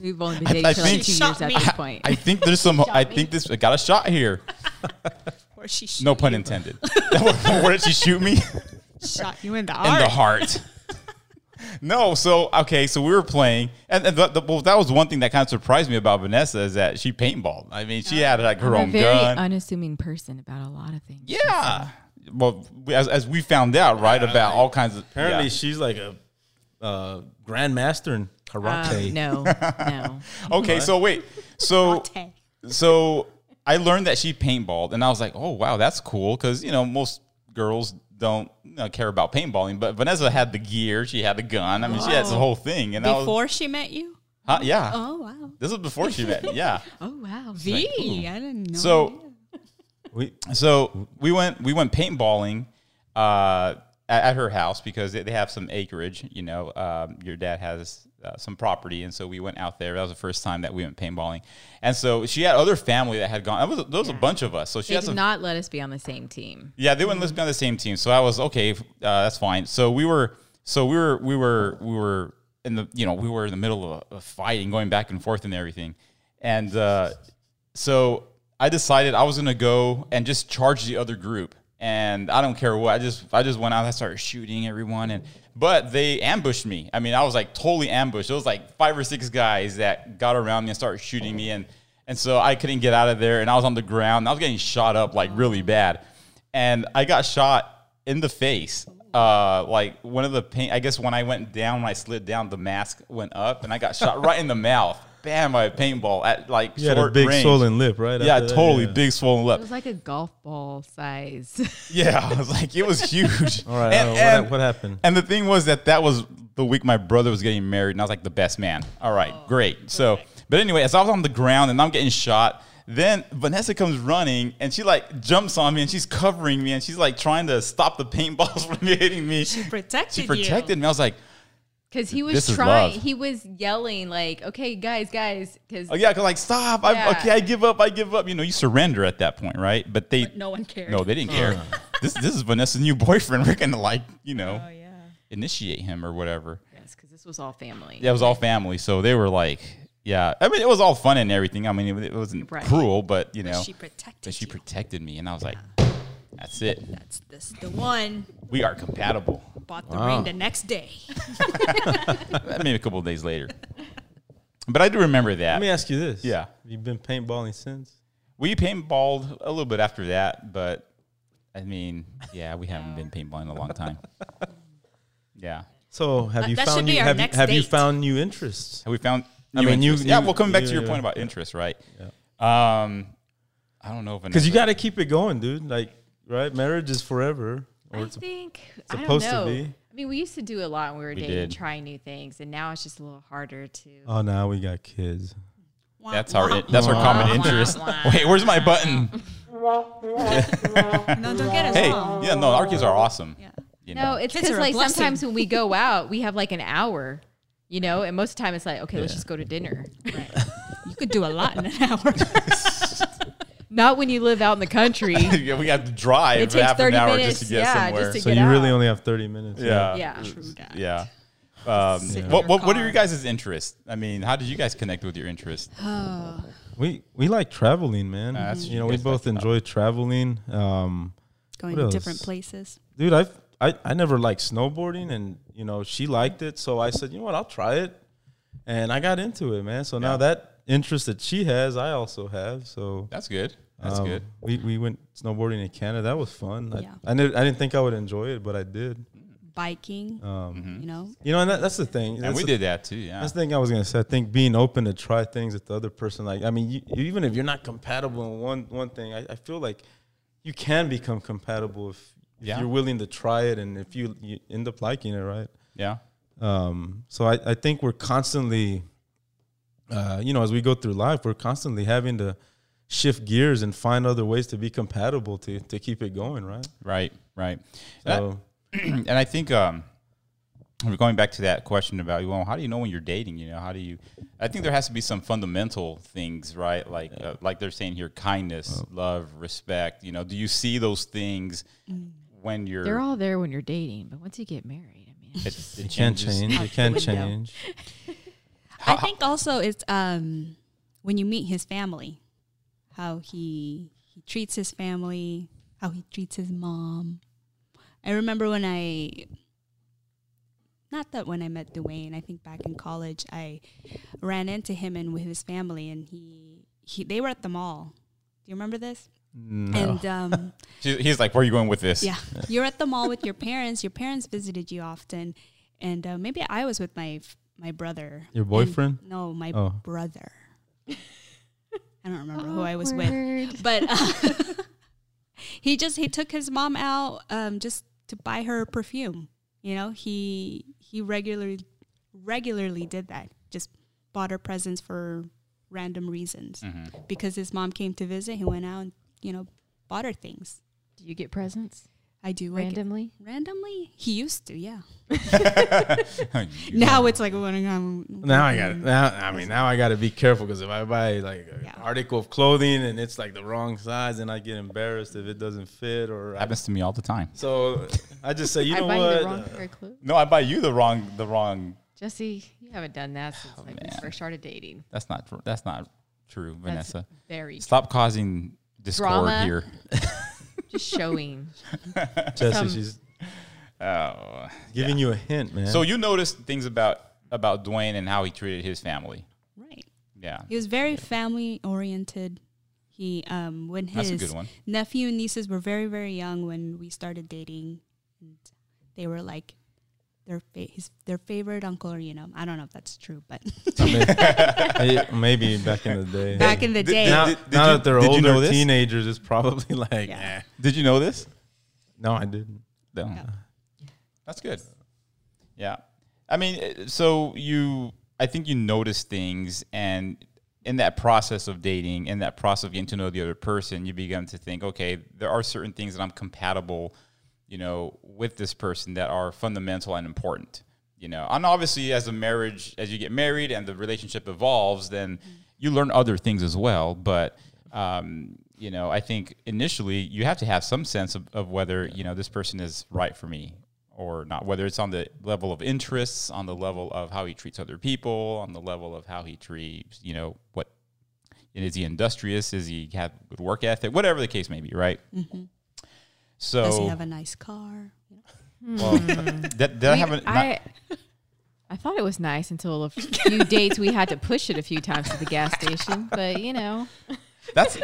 Speaker 4: We've only been
Speaker 1: I-
Speaker 4: dating
Speaker 1: I
Speaker 4: for like
Speaker 1: think-
Speaker 4: two
Speaker 1: She
Speaker 4: years at this point.
Speaker 1: I think there's some. I think this. I got a shot here.
Speaker 5: Where she
Speaker 1: No pun intended. Where did she shoot me?
Speaker 5: shot you in the
Speaker 1: in
Speaker 5: heart.
Speaker 1: the heart. no, so okay, so we were playing, and, and the, the, well, that was one thing that kind of surprised me about Vanessa is that she paintballed. I mean, she had like her
Speaker 4: I'm a
Speaker 1: own
Speaker 4: very
Speaker 1: gun.
Speaker 4: unassuming person about a lot of things.
Speaker 1: Yeah. Well, we- as, as we found out, right, about all kinds of
Speaker 2: Apparently,
Speaker 1: yeah.
Speaker 2: she's like a uh, grandmaster in
Speaker 4: Uh,
Speaker 2: karate.
Speaker 4: no, no.
Speaker 1: Okay, so wait, so
Speaker 5: Latte.
Speaker 1: so I learned that she paintballed, and I was like, oh wow, that's cool, because you know most girls don't you know, care about paintballing, but Vanessa had the gear, she had the gun, I mean, she had the whole thing, and I was,
Speaker 5: Before she met you?
Speaker 1: huh, yeah,
Speaker 5: Oh, wow.
Speaker 1: this was before she met, me, yeah.
Speaker 4: Oh wow,
Speaker 5: V. I didn't know.
Speaker 1: So
Speaker 2: We,
Speaker 1: so we went we went paintballing uh, at, at her house because they, they have some acreage. You know, um, your dad has uh, some property, and so we went out there. That was the first time that we went paintballing, and so she had other family that had gone. That was, there was a bunch of us, so she
Speaker 4: they
Speaker 1: had
Speaker 4: did
Speaker 1: some.
Speaker 4: not let us be on the same team.
Speaker 1: yeah, they wouldn't let us be on the same team, so I was okay. f- Uh, that's fine. So we were so we were we were we were in the you know we were in the middle of a, a fight and going back and forth and everything, and uh, so I decided I was gonna go and just charge the other group, and I don't care what. I just I just went out. and I started shooting everyone, and but they ambushed me. I mean, I was like totally ambushed. It was like five or six guys that got around me and started shooting me, and and so I couldn't get out of there, and I was on the ground. I was getting shot up like really bad, and I got shot in the face. Uh, like one of the pain. I guess when I went down, when I slid down, the mask went up, and I got shot right in the mouth. Bam! By a paintball at like
Speaker 2: you had a big
Speaker 1: range.
Speaker 2: swollen lip, right?
Speaker 1: Yeah,
Speaker 2: After that,
Speaker 1: totally
Speaker 2: yeah.
Speaker 1: big swollen
Speaker 4: It was
Speaker 1: lip.
Speaker 4: like a golf ball size.
Speaker 1: Yeah, I was like, it was huge.
Speaker 2: All right,
Speaker 1: and,
Speaker 2: uh, what,
Speaker 1: and-
Speaker 2: what happened?
Speaker 1: and the thing was that that was the week my brother was getting married, and I was like the best man. All right, great. So, but anyway, as I was on the ground and I'm getting shot, then Vanessa comes running and she like jumps on me and she's covering me and she's like trying to stop the paintballs from hitting me. She
Speaker 5: protected
Speaker 1: She
Speaker 5: you.
Speaker 1: protected me. I was like,
Speaker 4: Because he was
Speaker 1: This is
Speaker 4: trying,
Speaker 1: love.
Speaker 4: he was yelling like, "Okay, guys, guys!" Because
Speaker 1: oh yeah, 'cause, like stop.
Speaker 4: Yeah.
Speaker 1: I, okay, I give up. I give up. You know, you surrender at that point, right? But they
Speaker 5: no one cared.
Speaker 1: no, they didn't care. this this is Vanessa's new boyfriend. We're gonna like you know
Speaker 5: Oh, yeah.
Speaker 1: initiate him or whatever.
Speaker 4: because this was all family.
Speaker 1: Yeah, it was all family, so they were like, yeah. I mean, it was all fun and everything. I mean, it, it wasn't
Speaker 4: Right.
Speaker 1: cruel, but you know,
Speaker 5: But she protected
Speaker 1: but she
Speaker 5: you.
Speaker 1: protected me, and I was like, that's it.
Speaker 5: That's this the one.
Speaker 1: We are compatible.
Speaker 5: Bought the ring the next day.
Speaker 1: Maybe a couple of days later, but I do remember that.
Speaker 2: Let me ask you this.
Speaker 1: Yeah.
Speaker 2: Have you been paintballing since?
Speaker 1: We paintballed a little bit after that, but I mean, yeah, we haven't been paintballing in a long time. yeah.
Speaker 2: So have
Speaker 6: That-
Speaker 2: you
Speaker 6: that should
Speaker 2: found
Speaker 6: be
Speaker 2: you
Speaker 6: our
Speaker 2: have, you,
Speaker 6: next
Speaker 2: have you
Speaker 6: date.
Speaker 2: found new interests?
Speaker 1: Have we found
Speaker 2: I
Speaker 1: new
Speaker 2: mean, you-
Speaker 1: interests? yeah,
Speaker 2: you-
Speaker 1: well, coming back to
Speaker 2: yeah,
Speaker 1: your
Speaker 2: yeah,
Speaker 1: point about
Speaker 2: yeah.
Speaker 1: interest, right?
Speaker 2: Yeah.
Speaker 1: Um, I don't know if
Speaker 2: Because you
Speaker 1: another-
Speaker 2: got to keep it going, dude. Like, right? Marriage is forever. Or
Speaker 4: I
Speaker 2: it's
Speaker 4: think I don't
Speaker 2: supposed to
Speaker 4: know.
Speaker 2: be.
Speaker 4: I mean, we used to do a lot when we were
Speaker 1: We
Speaker 4: dating,
Speaker 1: did.
Speaker 4: trying new things, and now it's just a little harder to.
Speaker 2: oh, now we got kids.
Speaker 1: that's our that's our common interest. Wait, where's my button?
Speaker 5: No, don't get us
Speaker 1: Hey,
Speaker 5: wrong.
Speaker 1: yeah, no, our kids are awesome. Yeah. You
Speaker 4: no,
Speaker 1: know.
Speaker 4: it's
Speaker 5: Kids
Speaker 4: because
Speaker 5: are a
Speaker 4: like
Speaker 5: blessing.
Speaker 4: sometimes when we go out, we have like an hour, you know, and most of the time it's like, okay, let's just go to dinner.
Speaker 5: You could do a lot in an hour.
Speaker 4: Not when you live out in the country.
Speaker 1: yeah, we have to drive
Speaker 4: It takes
Speaker 1: half an
Speaker 4: 30
Speaker 1: hour
Speaker 4: minutes,
Speaker 1: just to get
Speaker 4: yeah, just
Speaker 1: somewhere.
Speaker 4: to
Speaker 2: So
Speaker 4: get
Speaker 2: you really
Speaker 4: out.
Speaker 2: only have 30 minutes.
Speaker 1: yeah.
Speaker 4: yeah.
Speaker 1: Yeah. Um,
Speaker 5: in
Speaker 1: What, what,
Speaker 5: your
Speaker 1: what are
Speaker 5: car.
Speaker 1: your guys' interests? I mean, how did you guys connect with your interests?
Speaker 2: We we like traveling, man.
Speaker 1: Ah, that's what
Speaker 2: you
Speaker 1: you
Speaker 2: know, we
Speaker 1: guys like
Speaker 2: both
Speaker 1: about.
Speaker 2: enjoy traveling. Um,
Speaker 5: Going
Speaker 2: What
Speaker 5: to
Speaker 2: else?
Speaker 5: different places.
Speaker 2: dude, I've, I I never liked snowboarding, and you know, she liked it, so I said, you know what, I'll try it, and I got into it, man. So
Speaker 1: Yeah.
Speaker 2: now that interest that she has, I also have. So
Speaker 1: That's good. That's
Speaker 2: um,
Speaker 1: good.
Speaker 2: We we went snowboarding in Canada. That was fun. I,
Speaker 5: Yeah.
Speaker 2: I, knew, I didn't think I would enjoy it, but I did.
Speaker 5: Biking,
Speaker 2: Um,
Speaker 5: you know.
Speaker 2: You know, and that, that's the thing.
Speaker 1: And
Speaker 2: That's
Speaker 1: we
Speaker 2: the
Speaker 1: did that too. Yeah.
Speaker 2: That's the thing I was gonna say. I think being open to try things that the other person like. I mean, you, even if you're not compatible in one one thing, I, I feel like you can become compatible if, if
Speaker 1: Yeah.
Speaker 2: you're willing to try it and if you, you end up liking it, right?
Speaker 1: Yeah.
Speaker 2: Um, so I, I think we're constantly, uh, you know, as we go through life, we're constantly having to shift gears and find other ways to be compatible to to keep it going, right?
Speaker 1: Right. Right. And I-
Speaker 2: So
Speaker 1: and I think um, we're going back to that question about well, how do you know when you're dating? You know, how do you? I think there has to be some fundamental things, right? Like uh, like they're saying here, kindness, love, respect. You know, do you see those things when you're?
Speaker 4: Mm. They're all there when you're dating, but once you get married, I mean, it's
Speaker 1: it,
Speaker 4: just-
Speaker 1: it
Speaker 2: it can
Speaker 1: changes.
Speaker 2: change. It can change.
Speaker 5: I think also it's um, when you meet his family, how he he treats his family, how he treats his mom. I remember when I, not that when I met Dwayne, I think back in college, I ran into him and with his family, and he he they were at the mall. Do you remember this?
Speaker 2: No.
Speaker 5: And um,
Speaker 1: She- He's like, where are you going with this?
Speaker 5: yeah, you're at the mall with your parents. Your parents visited you often, and uh, maybe I was with my f- my brother.
Speaker 2: Your
Speaker 5: And-
Speaker 2: boyfriend?
Speaker 5: no, my
Speaker 2: Oh.
Speaker 5: brother. I don't remember who I was with, but uh, he just he took his mom out um, just to buy her perfume. You know, he he regularly regularly did that. Just bought her presents for random reasons
Speaker 2: Mm-hmm.
Speaker 5: because his mom came to visit. He went out and you know bought her things.
Speaker 4: do you get presents
Speaker 5: I do I get-
Speaker 4: randomly?
Speaker 5: Randomly, he used to, yeah.
Speaker 1: You-
Speaker 5: Now it's like when I'm
Speaker 2: Now I got now. I mean, now I got to be careful because if I buy like an
Speaker 5: Yeah.
Speaker 2: article of clothing and it's like the wrong size, then I get embarrassed if it doesn't fit or. I,
Speaker 1: happens to me all the time.
Speaker 2: so I just say, you know
Speaker 4: I buy you
Speaker 2: what?
Speaker 4: the wrong pair of clothes.
Speaker 1: No, I buy you the wrong the wrong.
Speaker 4: Jesse, you haven't done that since like we
Speaker 1: Oh, man.
Speaker 4: first started dating.
Speaker 1: That's not tr- that's not true,
Speaker 4: That's
Speaker 1: Vanessa.
Speaker 4: very
Speaker 1: Stop causing discord
Speaker 4: Drama.
Speaker 1: here.
Speaker 4: just showing.
Speaker 2: Jesse,
Speaker 4: Some-
Speaker 2: she's
Speaker 1: Oh.
Speaker 2: giving you a hint, man.
Speaker 1: So you noticed things about about Dwayne and how he treated his family.
Speaker 5: right.
Speaker 1: Yeah.
Speaker 5: He was very family oriented. He um when
Speaker 1: That's a
Speaker 5: his
Speaker 1: good one.
Speaker 5: nephew and nieces were very very young when we started dating, and they were like their fa- his their favorite uncle. You know, I don't know if that's true, but
Speaker 2: I mean, I- maybe back in the day.
Speaker 5: back in the
Speaker 1: Did-
Speaker 5: day,
Speaker 2: now
Speaker 1: did- did
Speaker 2: now
Speaker 1: you-
Speaker 2: that they're
Speaker 1: did you
Speaker 2: older
Speaker 1: know this?
Speaker 2: teenagers, it's probably like,
Speaker 5: Yeah.
Speaker 2: eh.
Speaker 1: Did you know this?
Speaker 2: no, I didn't.
Speaker 1: No. That's good. Yeah. I mean, eh, so you, I think you notice things, and in that process of dating, in that process of getting to know the other person, you begin to think, okay, there are certain things that I'm compatible, you know, with this person that are fundamental and important, you know. And obviously, as a marriage, as you get married and the relationship evolves, then you learn other things as well. But, um, you know, I think initially you have to have some sense of, of whether, you know, this person is right for me or not, whether it's on the level of interests, on the level of how he treats other people, on the level of how he treats, you know, what and is he industrious? Is he have good work ethic? Whatever the case may be, right? So
Speaker 5: Mm-hmm. does he have a nice car?
Speaker 1: well, that, that
Speaker 4: I,
Speaker 1: I
Speaker 4: mean,
Speaker 1: haven't. not-
Speaker 4: I, I thought it was nice until a few dates we had to push it a few times to the gas station, but you know,
Speaker 1: That's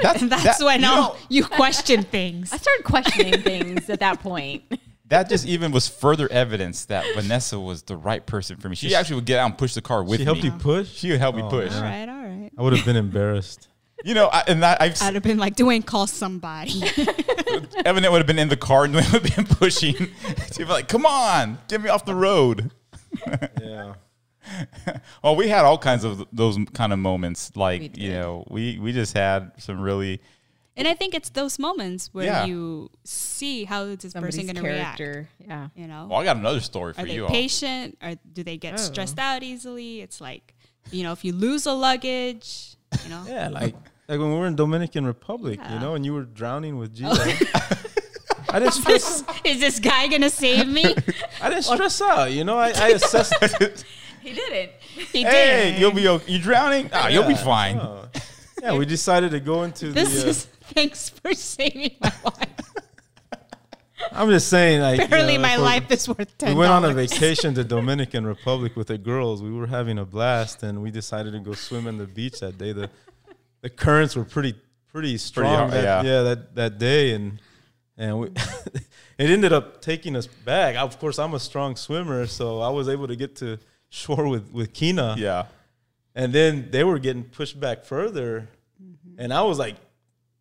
Speaker 1: that's
Speaker 5: And that's
Speaker 1: that-
Speaker 5: when
Speaker 1: you
Speaker 5: I'll-
Speaker 1: know,
Speaker 5: you question
Speaker 4: I
Speaker 5: things.
Speaker 4: started questioning things at that point.
Speaker 1: that just even was further evidence that Vanessa was the right person for me. She actually would get out and push the car with
Speaker 2: she helped
Speaker 1: me.
Speaker 2: you push.
Speaker 1: She would help me
Speaker 2: Oh,
Speaker 1: push.
Speaker 5: All
Speaker 2: man.
Speaker 5: right, all right.
Speaker 2: I would have been embarrassed.
Speaker 1: You know, I, and that, I've
Speaker 5: I'd have been like, Dwayne, call somebody.
Speaker 1: Evan would have been in the car and would have been pushing. She'd be like, "Come on, get me off the road."
Speaker 2: Yeah.
Speaker 1: Oh, we had all kinds of those kind of moments. Like
Speaker 4: We
Speaker 1: you
Speaker 4: did.
Speaker 1: know, we we just had some really
Speaker 5: and I think it's those moments where
Speaker 1: Yeah.
Speaker 5: you see how is this person going to react.
Speaker 4: Yeah.
Speaker 5: You know,
Speaker 1: Well, I got another story for
Speaker 5: are they
Speaker 1: you all.
Speaker 5: patient or do they get stressed out easily? It's like, you know, if you lose a luggage, you know,
Speaker 2: Yeah, like like when we were in Dominican Republic, you
Speaker 5: Yeah.
Speaker 2: know, and you were drowning with Gio. I didn't stress.
Speaker 5: is this guy going to save me?
Speaker 2: I didn't stress out. You know, I, I assessed.
Speaker 4: He didn't.
Speaker 5: He
Speaker 1: Hey,
Speaker 5: did.
Speaker 1: you'll be okay. You drowning? Ah, you'll be
Speaker 2: Yeah.
Speaker 1: fine.
Speaker 2: Oh. Yeah, we decided to go into the.
Speaker 5: this
Speaker 2: Uh,
Speaker 5: is thanks for saving my life.
Speaker 2: I'm just saying, like uh, you
Speaker 5: Apparently,
Speaker 2: know,
Speaker 5: my
Speaker 2: if we're-
Speaker 5: life is worth ten.
Speaker 2: We went on a vacation to Dominican Republic with the girls. We were having a blast, and we decided to go swim in the beach that day. the The currents were pretty pretty strong.
Speaker 1: hard,
Speaker 2: that,
Speaker 1: yeah.
Speaker 2: that that day, and and we, it ended up taking us back. Of course, I'm a strong swimmer, so I was able to get to shore with with Kina,
Speaker 1: Yeah.
Speaker 2: and then they were getting pushed back further, and I was like.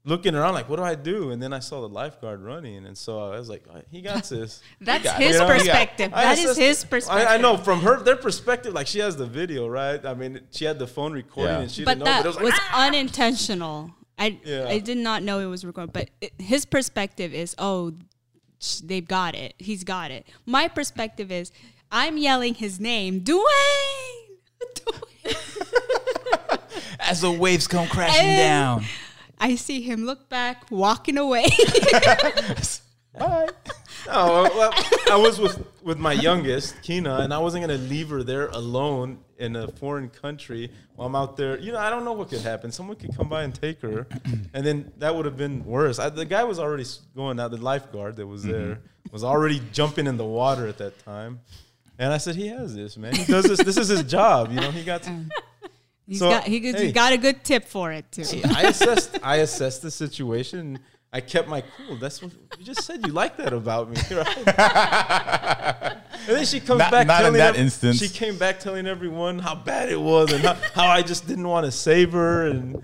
Speaker 2: Looking around, like, what do I do? And then I saw the lifeguard running, and so I was like, "He got this."
Speaker 5: That's
Speaker 1: got it.
Speaker 5: his
Speaker 2: You know, yeah.
Speaker 5: perspective.
Speaker 2: I
Speaker 5: That is
Speaker 2: assessed-
Speaker 5: his perspective.
Speaker 2: I, I know from her their perspective, like she has the video, right? I mean, she had the phone recording
Speaker 1: Yeah.
Speaker 2: and she
Speaker 5: but
Speaker 2: didn't know.
Speaker 5: that
Speaker 2: but it was
Speaker 5: was,
Speaker 2: like, "Ah!"
Speaker 5: unintentional. I
Speaker 2: Yeah.
Speaker 5: I did not know it was recorded, but it, his perspective is, oh, sh- they've got it. He's got it. My perspective is, I'm yelling his name, Dwayne. Dwayne.
Speaker 1: As the waves come crashing
Speaker 5: And-
Speaker 1: down.
Speaker 5: I see him look back, walking away.
Speaker 2: Bye. no, "Oh, well, I was with with my youngest, Kina, and I wasn't gonna leave her there alone in a foreign country while I'm out there. You know, I don't know what could happen. Someone could come by and take her, and then that would have been worse. I, the guy was already s- going out. The lifeguard that was there was already jumping in the water at that time. And I said, he has this, man. He does this. This is his job. You know, he got.
Speaker 5: He's
Speaker 2: So,
Speaker 5: got he, he's
Speaker 2: hey.
Speaker 5: got a good tip for it too.
Speaker 2: I assessed I assessed the situation. I kept my cool. That's what you just said. You like that about me, right? and then she comes
Speaker 1: Not-
Speaker 2: back.
Speaker 1: not in
Speaker 2: telling
Speaker 1: that
Speaker 2: ev-
Speaker 1: instance.
Speaker 2: She came back telling everyone how bad it was and how, how I just didn't want to save her. And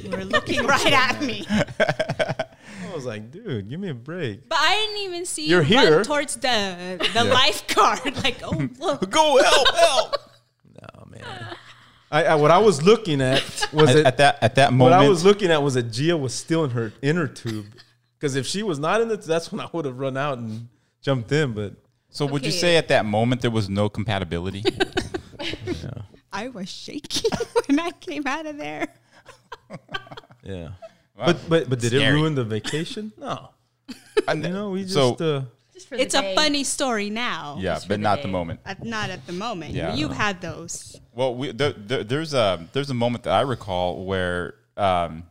Speaker 5: You were looking right at me, but
Speaker 2: I was like, dude, give me a break.
Speaker 5: I didn't even see
Speaker 2: You're
Speaker 5: you run
Speaker 2: here.
Speaker 5: towards the
Speaker 1: Yeah.
Speaker 5: the lifeguard. Like, oh look,
Speaker 1: Go help, help.
Speaker 2: Oh man. I, I, what I was looking at was
Speaker 1: at,
Speaker 2: it,
Speaker 1: at that at that
Speaker 2: what
Speaker 1: moment.
Speaker 2: I was looking at was that Gia was still in her inner tube. Because if she was not in it, that's when I would have run out and jumped in. But
Speaker 1: so would you
Speaker 4: Okay.
Speaker 1: say at that moment there was no compatibility?
Speaker 5: I was shaking when I came out of there.
Speaker 2: yeah. But but but did it
Speaker 1: Scary.
Speaker 2: ruin the vacation? No.
Speaker 1: And-
Speaker 2: You know, we just
Speaker 1: so
Speaker 2: uh,
Speaker 4: Just for the
Speaker 5: It's a
Speaker 4: day.
Speaker 5: funny story now.
Speaker 1: yeah,
Speaker 4: for
Speaker 1: but
Speaker 4: the
Speaker 1: not the
Speaker 4: day.
Speaker 1: moment.
Speaker 5: At, not at the moment.
Speaker 1: Yeah.
Speaker 5: You've had those.
Speaker 1: Well, we, there, there, there's a there's a moment that I recall where um,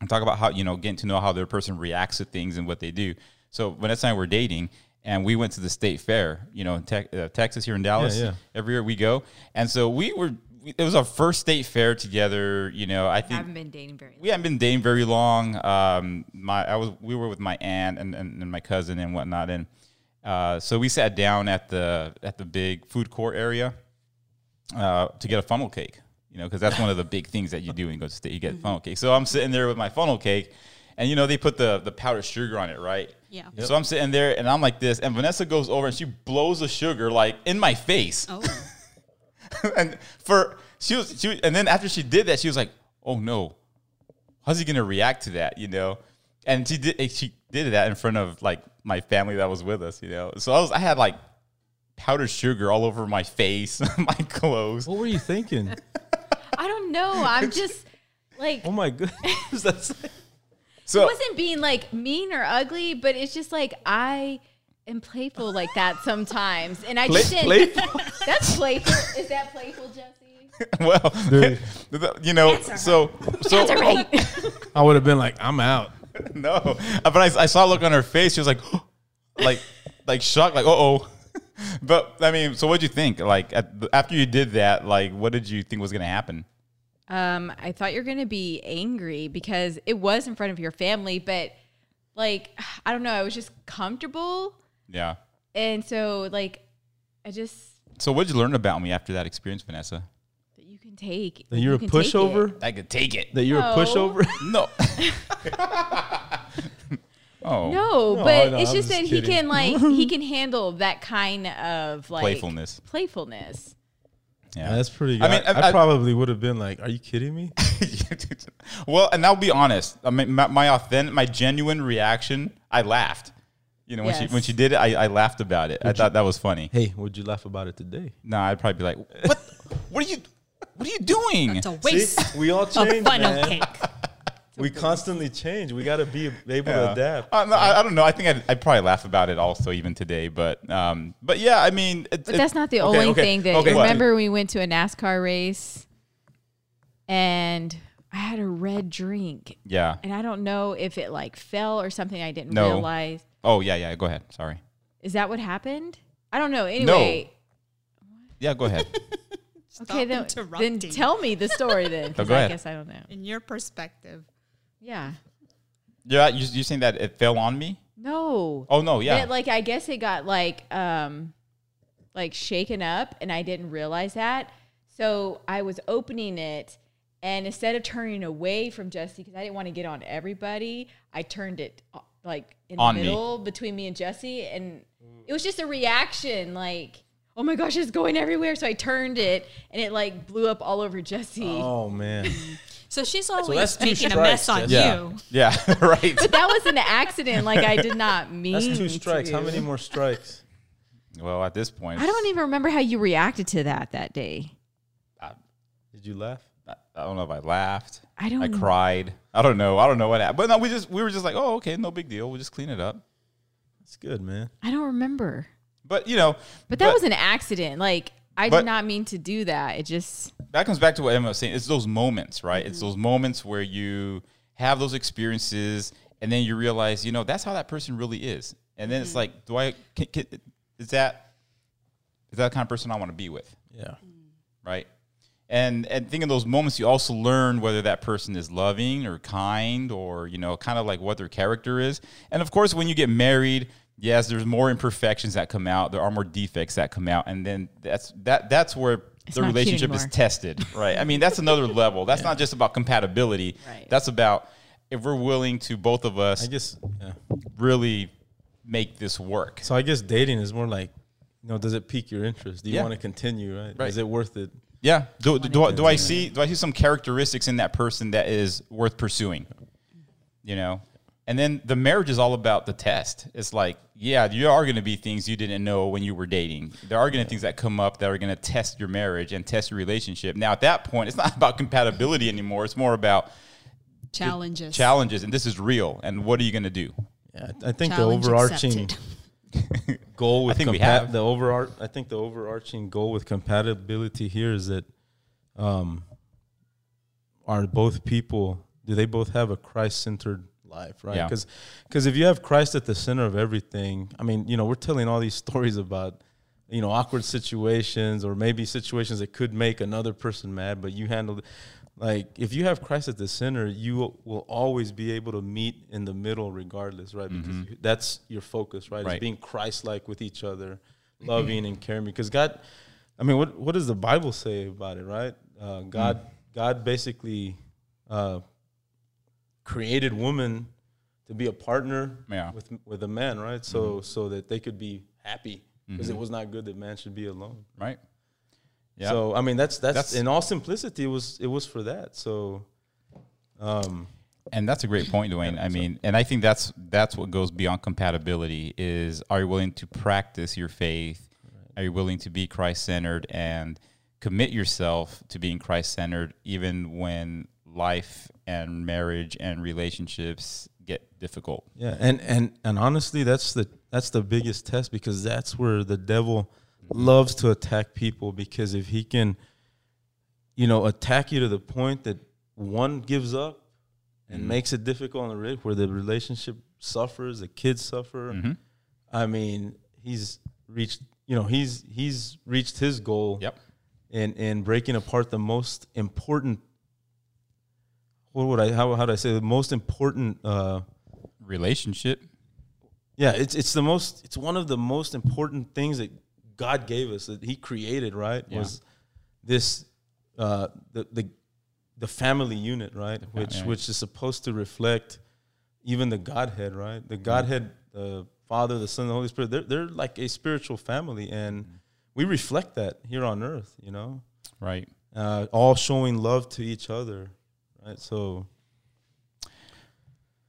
Speaker 1: I talk about how you know getting to know how their person reacts to things and what they do. So Vanessa and I were dating, and we went to the state fair, you know, in Tex uh, Texas here in Dallas.
Speaker 2: yeah.
Speaker 1: Every year we go, and so we were. we- It was our first state fair together. You know, I
Speaker 4: I
Speaker 1: think
Speaker 4: haven't been dating very long.
Speaker 1: we hadn't been dating very long. Um, my I was we were with my aunt and, and, and my cousin and whatnot, and uh, so we sat down at the at the big food court area uh, to get a funnel cake. You know, because that's one of the big things that you do when you go to state. You get funnel cake. So I'm sitting there with my funnel cake, and you know they put the the powdered sugar on it, right?
Speaker 5: Yeah.
Speaker 1: So I'm sitting there and I'm like this, and Vanessa goes over and she blows the sugar like in my face
Speaker 5: Oh.
Speaker 1: and for she was she was- and then after she did that she was like oh no how's he gonna react to that you know and she did and she did that in front of like my family that was with us you know so i was i had like powdered sugar all over my face my clothes
Speaker 2: what were you thinking?
Speaker 4: I don't know. I'm just like
Speaker 2: oh my goodness. That's
Speaker 1: so
Speaker 4: it wasn't being like mean or ugly, but it's just like I am playful like that sometimes, and I
Speaker 2: Play-
Speaker 4: just didn't.
Speaker 2: playful?
Speaker 4: That's playful. Is that playful, Jesse?
Speaker 1: well
Speaker 2: Dude.
Speaker 1: you know so so
Speaker 4: That's right.
Speaker 2: I would have been like, I'm out.
Speaker 1: no Uh, but I, I saw a look on her face she was like like like shocked like uh-oh but i mean so what'd you think like at, after you did that like what did you think was gonna happen
Speaker 4: Um, I thought you're gonna be angry because it was in front of your family, but like I don't know, I was just comfortable,
Speaker 1: Yeah.
Speaker 4: and so like I just
Speaker 1: So what did you learn about me after that experience, Vanessa?
Speaker 4: that you can take
Speaker 2: That you're a
Speaker 4: can take it.
Speaker 2: pushover.
Speaker 1: I could take it.
Speaker 2: That you're
Speaker 4: No.
Speaker 2: a pushover.
Speaker 1: No. oh.
Speaker 4: No,
Speaker 2: No,
Speaker 4: but
Speaker 2: no,
Speaker 4: it's
Speaker 2: I'm
Speaker 4: just that
Speaker 2: just
Speaker 4: he
Speaker 2: kidding.
Speaker 4: can like he can handle that kind of like
Speaker 1: Playfulness.
Speaker 4: Playfulness.
Speaker 1: Yeah.
Speaker 2: That's pretty. Good.
Speaker 1: I
Speaker 2: I
Speaker 1: mean,
Speaker 2: mean,
Speaker 1: I-
Speaker 2: I
Speaker 1: I-
Speaker 2: probably would have been like, "Are you kidding me?"
Speaker 1: well, and I'll be honest. I mean, my, my authentic, my genuine reaction, I laughed. You know, when
Speaker 4: Yes.
Speaker 1: she when she did it, I, I laughed about it. I thought that was funny.
Speaker 2: Hey, would you laugh about it today?
Speaker 1: Nah, I'd probably be like, "What? what are you? What are you doing?"
Speaker 3: It's a waste
Speaker 2: we all
Speaker 3: of
Speaker 2: change,
Speaker 3: funnel
Speaker 2: man.
Speaker 3: cake.
Speaker 2: We constantly change. We got to be able to
Speaker 1: Yeah.
Speaker 2: adapt.
Speaker 1: I, I, I don't know. I think I'd, I'd probably laugh about it also even today. But um, but yeah, I mean, it's,
Speaker 4: But that's not the only thing that
Speaker 1: okay, what?
Speaker 4: remember we went to a NASCAR race and I had a red drink
Speaker 1: Yeah.
Speaker 4: and I don't know if it like fell or something I didn't
Speaker 1: No.
Speaker 4: realize.
Speaker 1: Oh yeah, yeah. Go ahead. Sorry.
Speaker 4: Is that what happened? I don't know. Anyway,
Speaker 1: Yeah, go ahead.
Speaker 4: okay, then, then
Speaker 3: interrupting.
Speaker 4: tell me the story then. 'cause
Speaker 1: go
Speaker 4: I
Speaker 1: ahead.
Speaker 4: guess I don't know.
Speaker 5: In your perspective,
Speaker 4: Yeah.
Speaker 1: yeah, you you saying that it fell on me?
Speaker 4: No.
Speaker 1: Oh no, yeah.
Speaker 4: That, like I guess it got like um like shaken up and I didn't realize that. So I was opening it and instead of turning away from Jesse because I didn't want to get on everybody, I turned it uh, like in
Speaker 1: On
Speaker 4: the
Speaker 1: me.
Speaker 4: middle between me and Jesse and it was just a reaction like Oh my gosh, it's going everywhere. So I turned it and it like blew up all over Jesse.
Speaker 2: Oh man,
Speaker 3: So she's
Speaker 2: that's
Speaker 3: always
Speaker 2: two
Speaker 3: making a
Speaker 2: strikes,
Speaker 3: mess on
Speaker 2: Jess.
Speaker 1: yeah,
Speaker 3: you.
Speaker 1: yeah, right.
Speaker 4: That was an accident. Like I did not mean
Speaker 2: that's two strikes.
Speaker 4: to.
Speaker 2: How many more strikes?
Speaker 1: Well, at this point,
Speaker 4: I don't even remember how you reacted to that that day.
Speaker 2: Did you laugh?
Speaker 1: I I don't know if I laughed.
Speaker 4: I don't
Speaker 1: I
Speaker 4: know.
Speaker 1: cried. I don't know. I don't know what happened. But no, we just we were just like, oh, okay, no big deal. We'll just clean it up.
Speaker 2: That's good, man.
Speaker 4: I don't remember.
Speaker 1: But you know,
Speaker 4: But that was an accident. Like I
Speaker 1: but-
Speaker 4: did not mean to do that. It just
Speaker 1: that comes back to what Emma was saying. It's those moments, right? It's those moments where you have those experiences, and then you realize, you know, that's how that person really is. And then it's like, do I? Can, can, is that is that the kind of person I want to be with?
Speaker 2: Yeah.
Speaker 1: right? And and think in those moments, you also learn whether that person is loving or kind, or you know, kind of like what their character is. And of course, when you get married, yes, there's more imperfections that come out. There are more defects that come out, and then that's that that's where the
Speaker 4: not cute
Speaker 1: relationship is
Speaker 4: anymore.
Speaker 1: tested, right? I mean, that's another level. That's not just about compatibility.
Speaker 4: Right.
Speaker 1: That's about if we're willing to both of us
Speaker 2: I guess. Yeah.
Speaker 1: really make this work.
Speaker 2: So I guess dating is more like, you know, does it pique your interest? Do you
Speaker 1: Yeah.
Speaker 2: want to continue? Right?
Speaker 1: Right.
Speaker 2: Is it worth it?
Speaker 1: Yeah. Do, do, do, I- do I see do I see some characteristics in that person that is worth pursuing? You know? And then the marriage is all about the test. It's like, yeah, there are going to be things you didn't know when you were dating. There are going to things that come up that are going to test your marriage and test your relationship. Now, at that point, it's not about compatibility anymore. It's more about
Speaker 5: challenges.
Speaker 1: challenges, and this is real. And what are you going to do?
Speaker 2: Yeah. I I think
Speaker 5: Challenge
Speaker 2: the overarching
Speaker 5: accepted.
Speaker 2: goal with
Speaker 1: I think we
Speaker 2: compa-
Speaker 1: have.
Speaker 2: the overar- I think the overarching goal with compatibility here is that, um, are both people do they both have a Christ centered life, right?
Speaker 1: Yeah.
Speaker 2: Because if you have Christ at the center of everything, I mean, you know, we're telling all these stories about you know awkward situations or maybe situations that could make another person mad, but you handled. Like if you have Christ at the center, you will always be able to meet in the middle, regardless, right? Because you, that's your focus, right?
Speaker 1: Right.
Speaker 2: Is being Christ-like with each other, loving and caring. Because God, I mean, what what does the Bible say about it, right? Uh, God God basically uh, created woman to be a partner
Speaker 1: Yeah. Mm-hmm.
Speaker 2: with with a man, right? So so that they could be happy because it was not good that man should be alone.
Speaker 1: Right? Mm-hmm. Yeah.
Speaker 2: So I mean, that's, that's
Speaker 1: That's-
Speaker 2: in all simplicity, it was it was for that. So. Um,
Speaker 1: And that's a great point, Dwayne. I mean, and I think that's that's what goes beyond compatibility is are you willing to practice your faith? Are you willing to be Christ centered and commit yourself to being Christ centered even when life and marriage and relationships get difficult?
Speaker 2: Yeah, and and and honestly, that's the that's the biggest test because that's where the devil loves to attack people because if he can, you know, attack you to the point that one gives up and makes it difficult on the re- where the relationship suffers, the kids suffer.
Speaker 1: Mm-hmm.
Speaker 2: I mean, he's reached you know he's he's reached his goal
Speaker 1: Yep.
Speaker 2: in in breaking apart the most important what would I how how do I say the most important uh
Speaker 1: Relationship.
Speaker 2: yeah, it's it's the most it's one of the most important things that God gave us that He created, right?
Speaker 1: Yeah.
Speaker 2: Was this uh, the the the family unit, right?
Speaker 1: fam-
Speaker 2: which
Speaker 1: yeah.
Speaker 2: which is supposed to reflect even the Godhead, right? The Godhead, the Father, the Son, the Holy Spirit. They're they're like a spiritual family, and
Speaker 1: Mm-hmm.
Speaker 2: we reflect that here on Earth, you know,
Speaker 1: Right.
Speaker 2: uh, all showing love to each other, right? So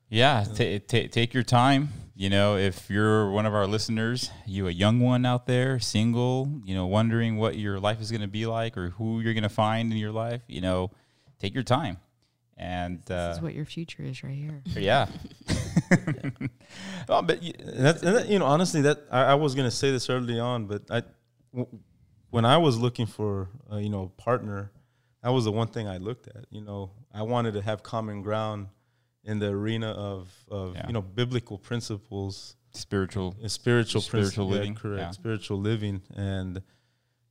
Speaker 1: Yeah, ta ta take your time. You know, if you're one of our listeners, you a young one out there, single, you know, wondering what your life is going to be like or who you're going to find in your life, you know, take your time. And
Speaker 4: This
Speaker 1: uh,
Speaker 4: is what your future is right here.
Speaker 1: yeah. well, but you,
Speaker 2: And that's, and Oh, that, you know, honestly, that I, I was gonna say this early on, but I, w- when I was looking for, uh, you know, a partner, that was the one thing I looked at. You know, I wanted to have common ground in the arena of, of
Speaker 1: Yeah.
Speaker 2: you know, biblical principles,
Speaker 1: spiritual.
Speaker 2: and spiritual,
Speaker 1: Spiritual
Speaker 2: principles. Yeah,
Speaker 1: living,
Speaker 2: correct,
Speaker 1: yeah.
Speaker 2: spiritual living, and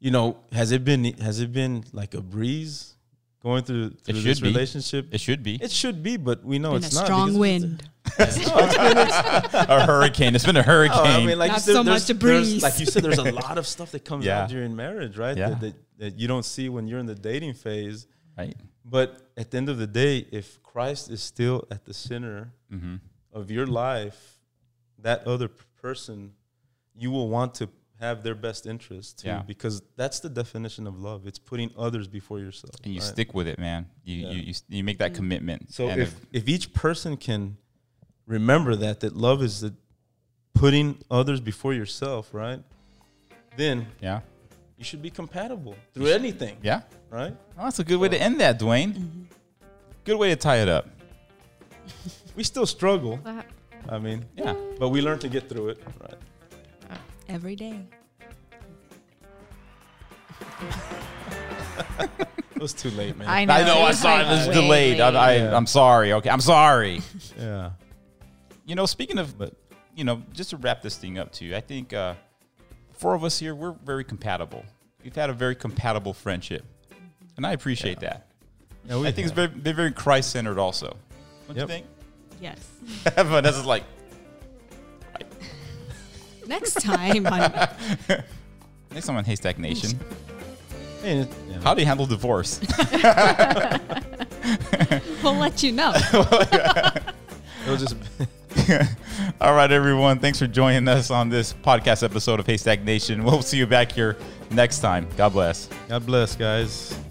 Speaker 2: you know, has it been has it been like a breeze going through through this
Speaker 1: should be.
Speaker 2: relationship?
Speaker 1: It should be
Speaker 2: It should be, but we know
Speaker 5: been
Speaker 2: it's
Speaker 5: a
Speaker 2: not
Speaker 5: strong
Speaker 2: because it's-
Speaker 5: wind.
Speaker 1: a hurricane. It's been a hurricane.
Speaker 2: Oh, I mean, like you
Speaker 3: Not
Speaker 2: said,
Speaker 3: so
Speaker 2: there's-
Speaker 3: much a
Speaker 2: there's-
Speaker 3: breeze.
Speaker 2: Like you said, there's a lot of stuff that comes
Speaker 1: Yeah.
Speaker 2: out during marriage, right?
Speaker 1: Yeah.
Speaker 2: That, that, that you don't see when you're in the dating phase.
Speaker 1: right?
Speaker 2: But at the end of the day, if Christ is still at the center
Speaker 1: Mm-hmm.
Speaker 2: of your life, that other p- person, you will want to have their best interest too,
Speaker 1: Yeah.
Speaker 2: because that's the definition of love. It's putting others before yourself.
Speaker 1: And you
Speaker 2: right?
Speaker 1: stick with it, man. You,
Speaker 2: Yeah.
Speaker 1: you you you make that commitment.
Speaker 2: So
Speaker 1: And
Speaker 2: if, if each person can remember that that love is the putting others before yourself, right? Then
Speaker 1: yeah,
Speaker 2: you should be compatible through anything,
Speaker 1: yeah,
Speaker 2: right?
Speaker 1: well, that's a good way to end that, Dwayne.
Speaker 2: Mm-hmm.
Speaker 1: Good way to tie it up.
Speaker 2: We still struggle.
Speaker 4: Well,
Speaker 2: I mean,
Speaker 1: Yeah.
Speaker 2: but we learn to get through it, right?
Speaker 5: Every day.
Speaker 2: It was too late, man.
Speaker 4: I know.
Speaker 1: I know. I
Speaker 4: it was
Speaker 1: saw it.
Speaker 4: like
Speaker 1: It was
Speaker 4: way
Speaker 1: delayed. I, I,
Speaker 2: Yeah.
Speaker 1: I'm sorry. Okay. I'm sorry.
Speaker 2: yeah.
Speaker 1: you know, speaking of,
Speaker 2: But-
Speaker 1: you know, just to wrap this thing up too, I think uh, four of us here, we're very compatible. We've had a very compatible friendship, and I appreciate that.
Speaker 2: Yeah, we
Speaker 1: I think it's very, they're very Christ centered also. Don't you
Speaker 2: Yep.
Speaker 1: think?
Speaker 5: Yes.
Speaker 1: Vanessa's like,
Speaker 5: Next time on
Speaker 1: next time on Haystack Nation,
Speaker 2: have. Man, it- yeah.
Speaker 1: how do you handle divorce?
Speaker 5: we'll let you know.
Speaker 2: It was just
Speaker 1: All right, everyone. Thanks for joining us on this podcast episode of Haystack Nation. We'll see you back here next time. God bless.
Speaker 2: God bless, guys.